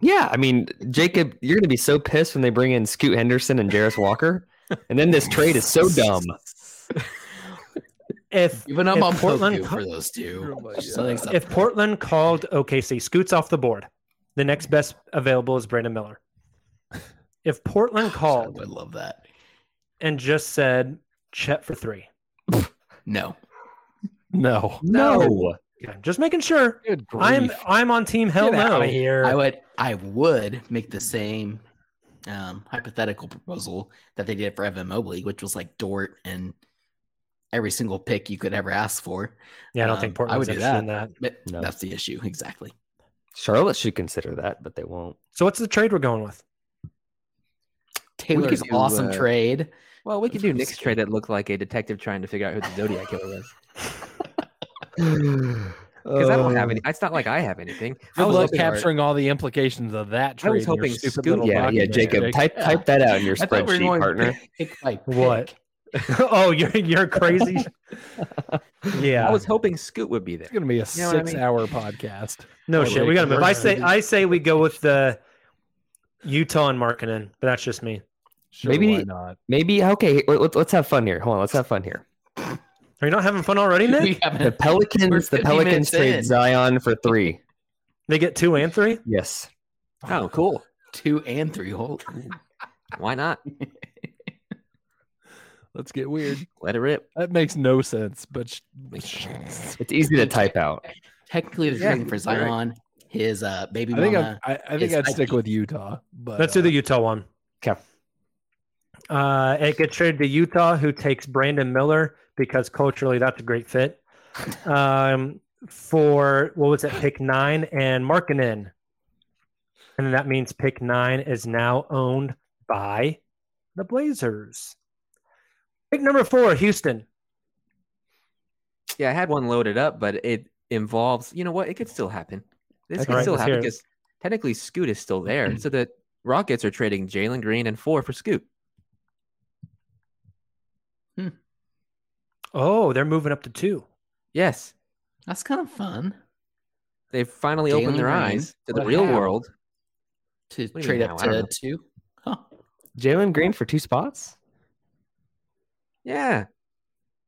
Speaker 5: Yeah, I mean, Jacob, you're gonna be so pissed when they bring in Scoot Henderson and Jarris Walker, and then this trade is
Speaker 4: (laughs)
Speaker 5: so dumb.
Speaker 2: If
Speaker 4: Even I'm
Speaker 2: If
Speaker 4: on
Speaker 2: Portland
Speaker 4: Portland
Speaker 2: co-
Speaker 4: for those two.
Speaker 7: Oh my
Speaker 4: Something's up.
Speaker 2: if
Speaker 4: (laughs)
Speaker 2: Portland called OKC, scoots off the board. The next best available is Brandon Miller. If Portland
Speaker 4: I
Speaker 2: called
Speaker 4: would love that.
Speaker 2: and just said Chet for three,
Speaker 4: No,
Speaker 3: No.
Speaker 5: No,
Speaker 2: yeah, just making sure.
Speaker 3: Good grief.
Speaker 2: I'm I'm on team hell
Speaker 3: Get
Speaker 2: no.
Speaker 3: outta here.
Speaker 4: I would. I would make the same um, hypothetical proposal that they did for Evan Mobley, which was like Dort and every single pick you could ever ask for.
Speaker 2: Yeah, I don't
Speaker 4: Um,
Speaker 2: think
Speaker 4: I
Speaker 2: Portland's
Speaker 4: would do
Speaker 2: interested in that.
Speaker 4: But
Speaker 5: No.
Speaker 4: that's the issue exactly.
Speaker 5: Charlotte should consider that, but they won't.
Speaker 2: So what's the trade we're going with?
Speaker 4: Taylor's
Speaker 7: could do,
Speaker 4: awesome
Speaker 7: uh,
Speaker 4: trade.
Speaker 7: Well, we could do Nick's trade that looked like a detective trying to figure out who the Zodiac killer was. Because I don't have any. It's not like I have anything.
Speaker 3: I
Speaker 7: I was
Speaker 3: love
Speaker 7: hoping-
Speaker 3: capturing all the implications of that
Speaker 7: I
Speaker 3: trade.
Speaker 7: was
Speaker 3: in your
Speaker 7: hoping
Speaker 3: stupid
Speaker 7: Scoot-
Speaker 3: little
Speaker 7: Yeah,
Speaker 5: (sighs) Yeah, yeah,
Speaker 3: document,
Speaker 5: Jacob,
Speaker 3: Jake.
Speaker 5: type type that out in your
Speaker 4: I thought we were
Speaker 5: spreadsheet,
Speaker 4: going (laughs)
Speaker 5: partner.
Speaker 4: pick by pick.
Speaker 2: What? (laughs) oh, you're you're crazy. yeah.
Speaker 7: I was hoping Scoot would be there.
Speaker 3: It's going to be a
Speaker 7: know what I mean?
Speaker 3: six-hour podcast.
Speaker 2: no
Speaker 3: Oh,
Speaker 2: shit.
Speaker 3: they
Speaker 2: We gotta move. I
Speaker 3: converted
Speaker 2: say
Speaker 3: it.
Speaker 2: I say we go with the Utah and Markkinen, but that's just me.
Speaker 3: Sure,
Speaker 5: Maybe-
Speaker 3: why not?
Speaker 5: Maybe okay. Let's let's have fun here. Hold on, let's have fun here.
Speaker 7: (laughs)
Speaker 2: Are you not having fun
Speaker 4: (laughs)
Speaker 2: already, Nick?
Speaker 4: We haven't-
Speaker 5: The
Speaker 4: We're
Speaker 5: Pelicans, the
Speaker 4: 50
Speaker 5: Pelicans
Speaker 4: minutes
Speaker 5: trade
Speaker 4: in.
Speaker 5: Zion for three.
Speaker 2: They get two and three.
Speaker 5: Yes,
Speaker 7: Oh, cool.
Speaker 4: two and three hole.
Speaker 7: Why not?
Speaker 3: Let's get weird.
Speaker 7: Let it rip.
Speaker 3: That makes no sense, but sh- sh-
Speaker 5: it's easy to type out.
Speaker 4: Technically, they're
Speaker 7: Yeah,
Speaker 4: trading for
Speaker 7: you're right.
Speaker 4: Zion, his uh, baby
Speaker 3: I think
Speaker 4: mama.
Speaker 3: I'm, I, I think
Speaker 4: is
Speaker 3: I'd stick
Speaker 4: Nike.
Speaker 3: with Utah. But uh,
Speaker 2: Let's do the Utah one.
Speaker 5: 'Kay.
Speaker 2: Uh, it gets traded to Utah, who takes Brandon Miller because culturally that's a great fit. Um, for what was it, pick nine and Markkinen, and that means pick nine is now owned by the Blazers. Pick number four, Houston.
Speaker 7: Yeah, I had one loaded up, but it involves. You know what? It could still happen. This
Speaker 3: Okay.
Speaker 7: could
Speaker 3: All right,
Speaker 7: still
Speaker 2: let's
Speaker 7: happen
Speaker 2: hear it.
Speaker 7: because technically Scoot is still there. so the Rockets are trading Jalen Green and four for Scoot.
Speaker 2: Oh, they're moving up to two.
Speaker 7: Yes,
Speaker 4: That's kind of fun
Speaker 7: they've finally
Speaker 4: Jalen
Speaker 7: opened their
Speaker 4: Green.
Speaker 7: eyes to the
Speaker 4: Wow.
Speaker 7: real world.
Speaker 4: to
Speaker 7: do you
Speaker 4: trade
Speaker 7: mean
Speaker 4: up
Speaker 7: now? I don't
Speaker 4: to
Speaker 7: know.
Speaker 4: two. Huh.
Speaker 5: Jalen Green for two spots.
Speaker 7: Yeah,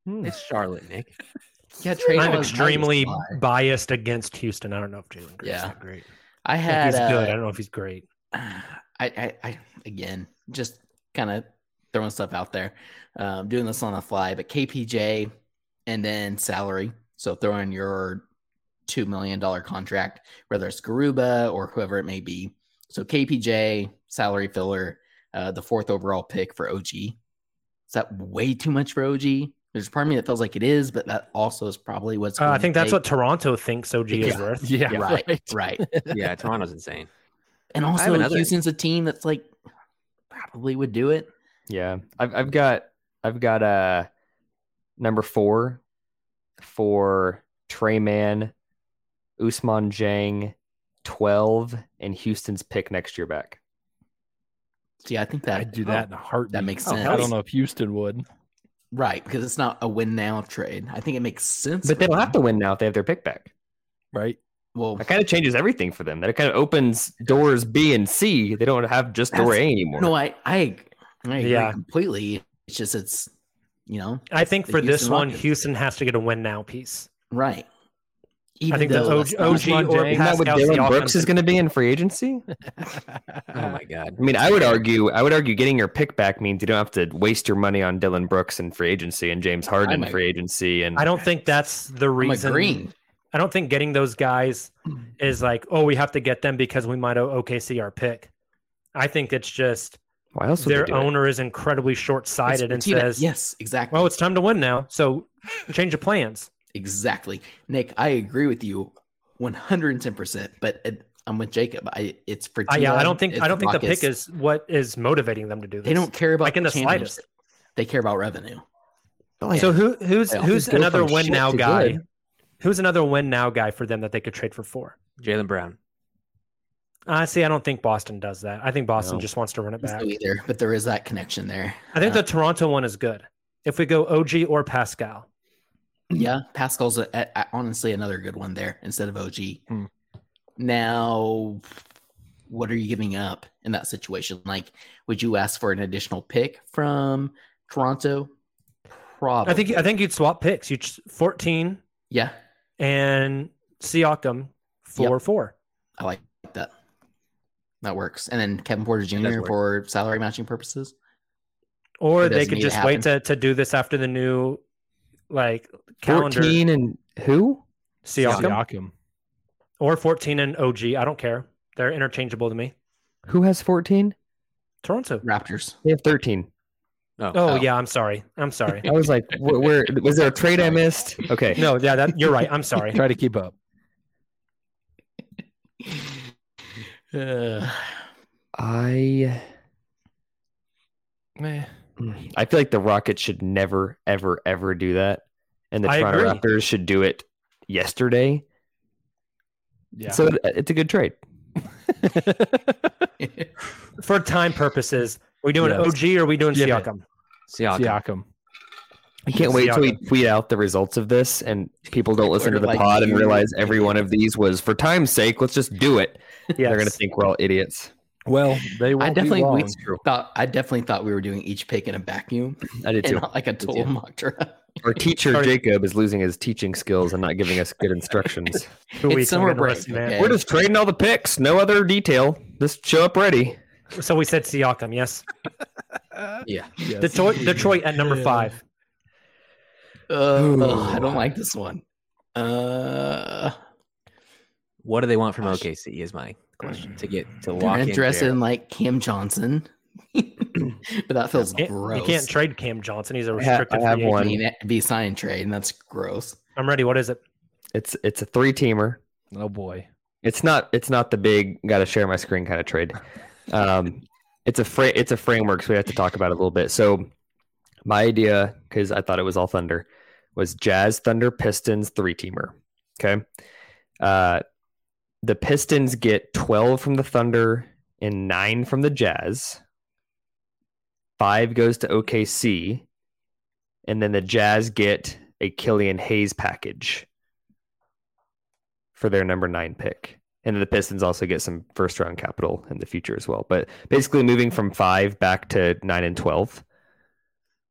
Speaker 5: Hmm.
Speaker 7: it's Charlotte, Nick.
Speaker 4: Yeah, trade
Speaker 2: I'm
Speaker 4: up is
Speaker 2: extremely
Speaker 4: nice.
Speaker 2: biased against Houston. I don't know if Jalen Green's
Speaker 4: Yeah.
Speaker 2: that great.
Speaker 4: I
Speaker 2: I think
Speaker 4: had
Speaker 2: he's
Speaker 4: uh,
Speaker 2: good. I don't know if he's great.
Speaker 4: (sighs) I, I, I again just kind of throwing stuff out there, um, doing this on the fly, but KPJ and then salary. So throw in your two million dollar contract, whether it's Garuba or whoever it may be. So KPJ salary filler, uh, the fourth overall pick for OG. Is that way too much for OG? There's a part of me that feels like it is, but that also is probably what's.
Speaker 2: Uh, I
Speaker 4: going to
Speaker 2: think that's
Speaker 4: take-
Speaker 2: what Toronto thinks OG is
Speaker 4: Yeah.
Speaker 2: worth.
Speaker 3: yeah,
Speaker 4: right, right.
Speaker 2: (laughs)
Speaker 7: Yeah, Toronto's insane.
Speaker 4: And
Speaker 7: I have
Speaker 4: also,
Speaker 7: another-
Speaker 4: Houston's a team that's like probably would do it.
Speaker 5: Yeah, I've I've got I've got uh number four for Trey Man, Usman Jang, twelve, and Houston's pick next year back.
Speaker 4: See, I think that
Speaker 3: uh, I'd do that in a heartbeat.
Speaker 4: Oh,
Speaker 3: Oh,
Speaker 4: that makes
Speaker 3: I
Speaker 4: sense.
Speaker 3: don't know if Houston would.
Speaker 4: Oh, Right, because it's not a win now trade. I think it makes sense.
Speaker 5: But they
Speaker 4: for
Speaker 5: don't have to
Speaker 4: them.
Speaker 5: win now if they have their pick back.
Speaker 3: Right?
Speaker 4: Well,
Speaker 5: That kind of changes everything for them. That kind of opens doors B and C. They don't have just door A
Speaker 4: That's-
Speaker 5: anymore.
Speaker 4: no, I I, I agree
Speaker 2: Yeah.
Speaker 4: completely. It's just it's you know
Speaker 2: I think
Speaker 4: the
Speaker 2: for this
Speaker 4: Houston
Speaker 2: one,
Speaker 4: Rockets.
Speaker 2: Houston has to get a win now piece.
Speaker 4: right. Even
Speaker 2: I think the
Speaker 4: though
Speaker 2: OG,
Speaker 4: that's not-
Speaker 2: OG or
Speaker 5: Isn't that what
Speaker 2: Pascal's the
Speaker 5: Dylan Brooks
Speaker 2: offensive-
Speaker 5: is going to be in free
Speaker 2: (laughs)
Speaker 5: agency? Oh my god! I mean, I would argue, I would argue, getting your pick back means you don't have to waste your money on Dylan Brooks in free agency and James Harden in
Speaker 4: ag-
Speaker 5: free agency, and
Speaker 2: I don't think that's the
Speaker 4: I'm
Speaker 2: reason.
Speaker 4: agreeing.
Speaker 2: I don't think getting those
Speaker 4: (clears throat)
Speaker 2: guys is like, oh, we have to get them because we might owe OKC our pick. I think it's just
Speaker 5: why else would they
Speaker 2: their
Speaker 5: do it?
Speaker 2: owner is incredibly short
Speaker 4: It's
Speaker 2: sighted and
Speaker 4: Martina.
Speaker 2: says,
Speaker 4: yes, exactly.
Speaker 2: well, it's time to win now. So change of plans.
Speaker 4: Exactly. Nick, I agree with you 110%, but it, I'm with Jacob. I it's for
Speaker 2: I, Uh, yeah, I
Speaker 4: Dion,
Speaker 2: don't think
Speaker 4: it's
Speaker 2: I don't think the pick
Speaker 4: Rockets.
Speaker 2: is what is motivating them to do this.
Speaker 4: they don't care about
Speaker 2: like in the
Speaker 4: championships.
Speaker 2: slightest.
Speaker 4: They care about revenue.
Speaker 2: So who who's
Speaker 4: Playoffs.
Speaker 2: who's
Speaker 4: Just go
Speaker 2: another
Speaker 4: from
Speaker 2: win
Speaker 4: shit
Speaker 2: now
Speaker 4: to
Speaker 2: guy?
Speaker 4: good.
Speaker 2: Who's another win now guy for them that they could trade for four?
Speaker 7: Jalen Brown.
Speaker 2: I see. I don't think Boston does that. I think Boston just wants to run it
Speaker 4: It's
Speaker 2: back.
Speaker 4: no either, but there is that connection there.
Speaker 2: I think
Speaker 4: Uh,
Speaker 2: the Toronto one is good. If we go OG or Pascal,
Speaker 4: yeah, Pascal's a, a, a- honestly another good one there instead of OG.
Speaker 3: Hmm.
Speaker 4: Now, what are you giving up in that situation? Like, would you ask for an additional pick from Toronto? Probably.
Speaker 2: I think I think you'd swap picks. You would fourteen
Speaker 4: yeah,
Speaker 2: and Siakam for four.
Speaker 4: I like that. That works. And then Kevin Porter
Speaker 7: does
Speaker 4: Jr.
Speaker 7: work.
Speaker 4: for salary matching purposes.
Speaker 2: Or
Speaker 4: It
Speaker 2: they
Speaker 4: doesn't
Speaker 2: could
Speaker 4: need to
Speaker 2: just wait to, to do this after the new like calendar
Speaker 5: fourteen and who?
Speaker 2: Siakam,
Speaker 3: Siakam.
Speaker 2: or fourteen and OG. I don't care. They're interchangeable to me.
Speaker 5: Who has fourteen?
Speaker 2: Toronto.
Speaker 4: Raptors. (laughs)
Speaker 5: They have thirteen.
Speaker 2: Oh,
Speaker 4: Oh.
Speaker 2: yeah, I'm sorry. I'm sorry.
Speaker 5: I was like, where, where was there a trade I missed? Okay,
Speaker 2: no, yeah, that you're right. I'm
Speaker 5: (laughs)
Speaker 2: sorry.
Speaker 3: Try to keep up.
Speaker 4: Uh,
Speaker 5: I Hmm, I feel like the Rockets should never, ever, ever do that, and the
Speaker 2: I
Speaker 5: Toronto
Speaker 2: agree.
Speaker 5: Raptors should do it yesterday.
Speaker 3: Yeah.
Speaker 5: So it- it's a good trade.
Speaker 2: For time purposes, we doing
Speaker 3: Yes.
Speaker 2: OG or we doing
Speaker 3: Yeah.
Speaker 2: Siakam?
Speaker 7: Siakam.
Speaker 3: Siakam.
Speaker 5: I can't wait till we
Speaker 2: Siakam.
Speaker 5: tweet out the results of this and people don't listen to
Speaker 4: Sort
Speaker 5: the
Speaker 4: of like
Speaker 5: pod and
Speaker 4: you-
Speaker 5: realize every one of these was for time's sake, let's just do it.
Speaker 2: Yes.
Speaker 5: They're gonna think we're all idiots.
Speaker 3: Well, they won't
Speaker 4: I definitely
Speaker 3: be
Speaker 4: we
Speaker 3: long.
Speaker 4: thought I definitely thought we were doing each pick in a
Speaker 5: (laughs)
Speaker 4: vacuum
Speaker 5: I did
Speaker 4: and
Speaker 5: too.
Speaker 4: not like a total
Speaker 5: too.
Speaker 4: mock draft.
Speaker 5: Our teacher
Speaker 2: Sorry.
Speaker 5: Jacob is losing his teaching skills and not giving us good instructions.
Speaker 2: Two weeks, I'm
Speaker 4: summer
Speaker 2: gonna
Speaker 4: break,
Speaker 2: listen, man.
Speaker 4: okay?
Speaker 5: we're (laughs) just trading all the picks, no other detail. Just show up ready.
Speaker 2: So we said Siakam, yes.
Speaker 4: Yeah.
Speaker 2: Detroit Detroit at number five.
Speaker 4: Uh, oh, I don't like this one. Uh,
Speaker 7: What do they want from
Speaker 4: Gosh.
Speaker 7: OKC? Is my question to get to
Speaker 4: they're
Speaker 7: walk in
Speaker 4: interested
Speaker 7: there.
Speaker 4: in like Cam Johnson, (laughs) but that feels
Speaker 2: Can't-
Speaker 4: gross.
Speaker 2: you can't trade Cam Johnson. He's a
Speaker 5: I ha-
Speaker 2: restricted
Speaker 5: I have
Speaker 2: free agent.
Speaker 4: I
Speaker 5: one.
Speaker 4: mean, that'd be sign and trade, and that's gross.
Speaker 2: I'm ready. What is it?
Speaker 5: It's it's a three teamer.
Speaker 3: Oh boy.
Speaker 5: It's not it's not the big got to share my screen kind
Speaker 3: (laughs)
Speaker 5: of trade. Um, it's a fra- it's a framework, so we have to talk about it a little bit. So my idea, because I thought it was all Thunder, was Jazz Thunder Pistons three teamer. Okay, uh, the Pistons get twelve from the Thunder and nine from the Jazz. Five goes to OKC, and then the Jazz get a Killian Hayes package for their number nine pick. And then the Pistons also get some first round capital in the future as well. But basically moving from five back to nine and 12.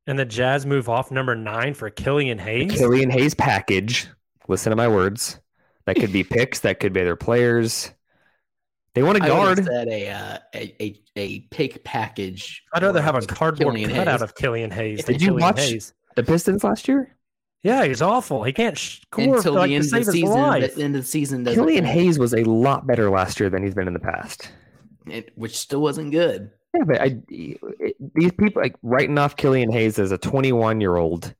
Speaker 2: And the Jazz move off number nine for Killian Hayes.
Speaker 5: Killian Hayes package. Listen to my words. That (laughs) could be picks. That could be their players. They want a
Speaker 4: I would've
Speaker 5: guard.
Speaker 4: said a, uh, a a a pick package.
Speaker 2: I'd rather
Speaker 4: or
Speaker 2: have a cardboard
Speaker 4: Killian
Speaker 2: cutout
Speaker 4: Hayes.
Speaker 2: of Killian Hayes than
Speaker 5: Did you
Speaker 2: Killian
Speaker 5: watch-
Speaker 2: Hayes.
Speaker 5: The Pistons last year?
Speaker 2: Yeah, he's awful. He can't score
Speaker 4: until
Speaker 2: like, to
Speaker 4: the end of the
Speaker 2: save his
Speaker 4: season.
Speaker 2: life.
Speaker 4: The end of the season doesn't.
Speaker 5: Killian
Speaker 4: matter,
Speaker 5: Hayes was a lot better last year than he's been in the past.
Speaker 4: it- which still wasn't good.
Speaker 5: Yeah, but I, it- these people like writing off Killian Hayes as a 21 year old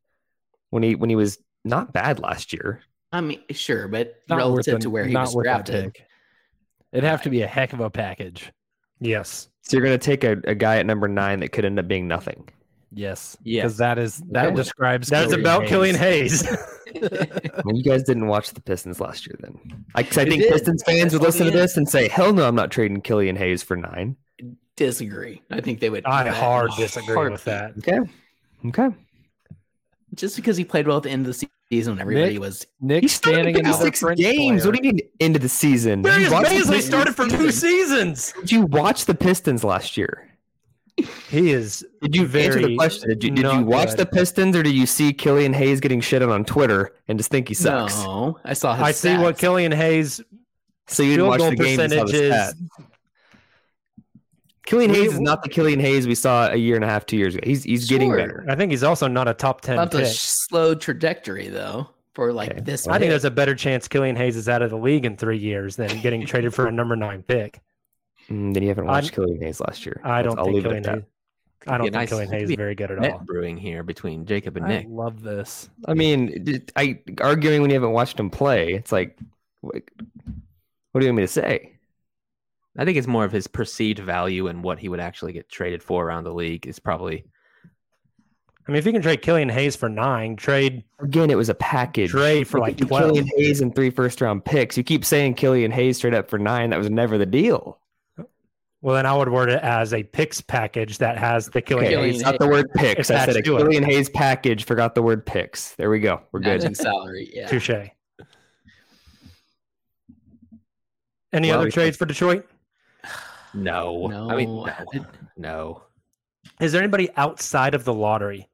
Speaker 5: when he when he was not bad last year.
Speaker 4: I mean, sure, but
Speaker 3: Not worth
Speaker 4: relative
Speaker 3: the-
Speaker 4: to where he
Speaker 3: not
Speaker 4: was
Speaker 3: worth the
Speaker 4: drafted,
Speaker 3: pick. It'd have to be a heck of a package.
Speaker 2: yes.
Speaker 5: So you're going to take a, a guy at number nine that could end up being nothing.
Speaker 3: Yes.
Speaker 7: Yes.
Speaker 3: Because that is that
Speaker 5: Okay.
Speaker 3: describes
Speaker 2: That's
Speaker 3: Killian
Speaker 2: about
Speaker 3: Hayes.
Speaker 2: Killian Hayes.
Speaker 5: Well, you guys didn't watch the Pistons last year, then. I, 'cause I
Speaker 4: We
Speaker 5: think
Speaker 4: did.
Speaker 5: Pistons fans would
Speaker 4: That's what
Speaker 5: listen to
Speaker 4: it is.
Speaker 5: this and say, "Hell no, I'm not trading Killian Hayes for nine.
Speaker 4: (laughs) disagree. I think they would.
Speaker 2: I
Speaker 4: (laughs) do that in
Speaker 2: hard
Speaker 4: a
Speaker 2: disagree with
Speaker 4: heartbeat.
Speaker 2: that.
Speaker 5: Okay, okay.
Speaker 4: Just because he played well at the end of the season when everybody
Speaker 3: Nick-
Speaker 4: was.
Speaker 3: Nick
Speaker 5: He's
Speaker 3: standing in
Speaker 5: starting
Speaker 3: the
Speaker 5: 56
Speaker 3: French
Speaker 5: games.
Speaker 3: player.
Speaker 5: What do you mean into the season? Did
Speaker 2: Darius
Speaker 5: you watch the
Speaker 2: Baisley
Speaker 5: Pistons-
Speaker 2: started for two seasons.
Speaker 5: Did you watch the Pistons last year?
Speaker 2: He is.
Speaker 5: Did you answer
Speaker 2: Very
Speaker 5: the question? Did you, did you
Speaker 2: not
Speaker 5: watch
Speaker 2: good.
Speaker 5: the Pistons or did you see Killian Hayes getting shit on on Twitter and just think he sucks?
Speaker 4: No, I saw. His
Speaker 2: I see what
Speaker 4: stats.
Speaker 2: Killian Hayes.
Speaker 5: So you didn't
Speaker 2: Field
Speaker 5: watch
Speaker 2: goal
Speaker 5: the game. You saw the
Speaker 2: percentages.
Speaker 5: stat. Killian
Speaker 2: We-
Speaker 5: Hayes is not the Killian Hayes we saw a year and a half, two years ago. He's he's getting
Speaker 4: Sure.
Speaker 5: better.
Speaker 2: I think he's also not a top ten
Speaker 4: About the
Speaker 2: pick.
Speaker 4: sh- slow trajectory though for like
Speaker 5: Okay.
Speaker 4: this.
Speaker 2: I think
Speaker 4: pick.
Speaker 2: there's a better chance Killian Hayes is out of the league in three years than getting traded for a number nine pick.
Speaker 5: Mm, then you haven't
Speaker 2: I'm-
Speaker 5: watched Killian Hayes last year.
Speaker 2: I
Speaker 5: That's-
Speaker 2: don't think Killian Hayes.
Speaker 7: Could
Speaker 2: I
Speaker 7: be a
Speaker 2: don't think
Speaker 7: nice-
Speaker 2: Killian
Speaker 7: could
Speaker 2: Hayes
Speaker 7: be
Speaker 2: is
Speaker 7: a
Speaker 2: very good at
Speaker 7: Net
Speaker 2: all.
Speaker 7: brewing here between Jacob and
Speaker 3: I
Speaker 7: Nick.
Speaker 3: love this.
Speaker 5: I mean, d- I arguing when you haven't watched him play, it's like, what, what do you want me to say?
Speaker 7: I think it's more of his perceived value and what he would actually get traded for around the league is probably
Speaker 2: I mean, if you can trade Killian Hayes for nine, trade
Speaker 5: Again, it was a package.
Speaker 2: trade for
Speaker 5: You
Speaker 2: like
Speaker 5: could do
Speaker 2: twelve.
Speaker 5: Killian Hayes and three first round picks. You keep saying Killian Hayes straight up for nine. That was never the deal.
Speaker 2: Well, then I would word it as a picks package that has the Killian
Speaker 5: Okay,
Speaker 4: Killian
Speaker 2: Hayes.
Speaker 5: it's not the word picks. I said a
Speaker 2: Attached to it.
Speaker 5: Killian Hayes package. Forgot the word picks. There we go. We're good.
Speaker 4: Matching salary. Yeah.
Speaker 2: Touche. Any
Speaker 5: Well,
Speaker 2: other
Speaker 5: we-
Speaker 2: trades for Detroit?
Speaker 7: no.
Speaker 4: No,
Speaker 7: I mean,
Speaker 4: I
Speaker 7: no,
Speaker 4: did-
Speaker 7: no.
Speaker 2: Is there anybody outside of the lottery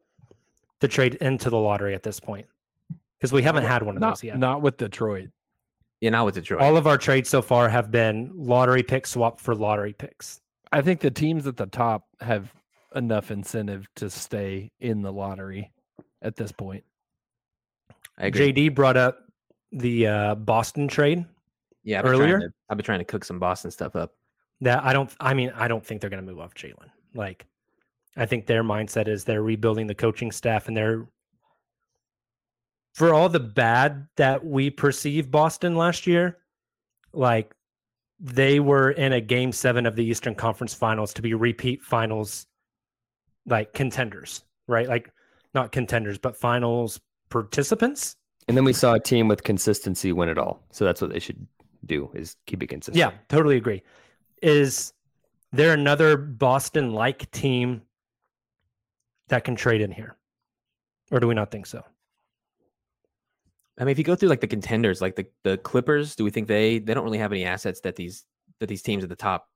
Speaker 2: to trade into the lottery at this point? Because we haven't had one of
Speaker 3: Not,
Speaker 2: those yet.
Speaker 3: not with Detroit.
Speaker 7: Yeah, not with Detroit.
Speaker 2: All of our trades so far have been lottery pick swap for lottery picks.
Speaker 3: I think the teams at the top have enough incentive to stay in the lottery at this point.
Speaker 7: I agree.
Speaker 2: JD brought up the uh, Boston trade
Speaker 7: yeah, I've been trying
Speaker 2: earlier?
Speaker 7: to- I've been trying to cook some Boston stuff up.
Speaker 2: that I don't. I mean, I don't think they're going to move off Jalen. Like, I think their mindset is they're rebuilding the coaching staff, and they're for all the bad that we perceive Boston last year, like they were in a game seven of the Eastern Conference Finals to be repeat finals, like contenders, right? Like not contenders, but finals participants.
Speaker 5: And then we saw a team with consistency win it all. So that's what they should do: is keep it consistent.
Speaker 2: Yeah, totally agree. Is there another Boston like team that can trade in here? Or do we not think so?
Speaker 7: I mean, if you go through like the contenders, like the, the Clippers, do we think they they don't really have any assets that these that these teams at the top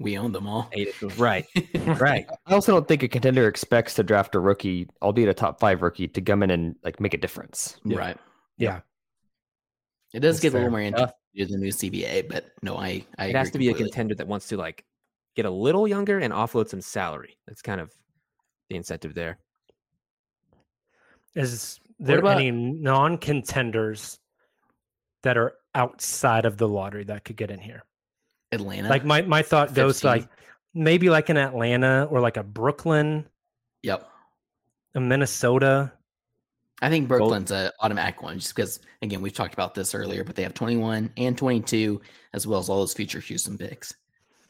Speaker 4: We own them
Speaker 7: (laughs)
Speaker 4: all.
Speaker 7: eight
Speaker 3: (laughs)
Speaker 7: right right
Speaker 5: I also don't think a contender expects to draft a rookie, albeit a top five rookie, to come in and like make a difference.
Speaker 4: Right.
Speaker 2: Yeah.
Speaker 4: It does
Speaker 7: That's
Speaker 4: get a little
Speaker 7: fair.
Speaker 4: more
Speaker 7: Yeah.
Speaker 4: interesting to the new CBA, but no, I, I
Speaker 7: It
Speaker 4: agree
Speaker 7: has to be a
Speaker 4: completely.
Speaker 7: contender that wants to like get a little younger and offload some salary. That's kind of the incentive there.
Speaker 2: Is there
Speaker 7: about-
Speaker 2: any non contenders that are outside of the lottery that could get in here?
Speaker 4: Atlanta.
Speaker 2: Like my, my thought goes to,
Speaker 4: 15.
Speaker 2: like maybe like an Atlanta or like a Brooklyn,
Speaker 4: yep.
Speaker 2: a Minnesota.
Speaker 4: I think Brooklyn's an automatic one just because, again, we've talked about this earlier, but they have 21 and 22, as well as all those future Houston picks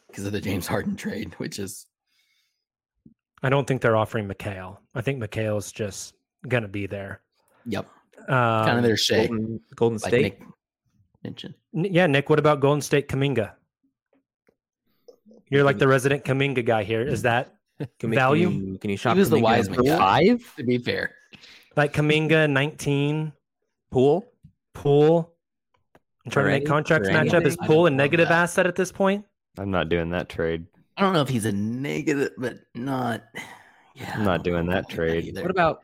Speaker 4: because of the James Harden trade, which is
Speaker 2: I don't think they're offering McHale. I think McHale's just gonna be there.
Speaker 4: Yep.
Speaker 2: Um,
Speaker 4: Kind of their shake.
Speaker 7: Golden, Golden
Speaker 4: Like
Speaker 7: State.
Speaker 4: Nick mentioned.
Speaker 2: N- Yeah, Nick, what about Golden State Kaminga? You're like the resident Kaminga guy here. Is that
Speaker 7: can
Speaker 2: value?
Speaker 7: Can you, can you shop
Speaker 4: was the
Speaker 7: Kuminga
Speaker 4: wise
Speaker 7: for
Speaker 4: man. Yeah.
Speaker 5: Five?
Speaker 4: To be fair,
Speaker 2: like Kaminga 19
Speaker 7: Pool?
Speaker 2: pool? I'm trying to make
Speaker 7: Ferrani?
Speaker 2: contracts
Speaker 7: Ferrani?
Speaker 2: match up. Is
Speaker 4: I
Speaker 2: pool a
Speaker 4: don't know
Speaker 2: negative
Speaker 4: that.
Speaker 2: asset at this point?
Speaker 5: I'm not doing that trade.
Speaker 4: I don't know if he's a negative, but not. Yeah, I
Speaker 5: I'm not
Speaker 4: don't know
Speaker 5: doing that
Speaker 4: about
Speaker 5: trade.
Speaker 4: either.
Speaker 7: What about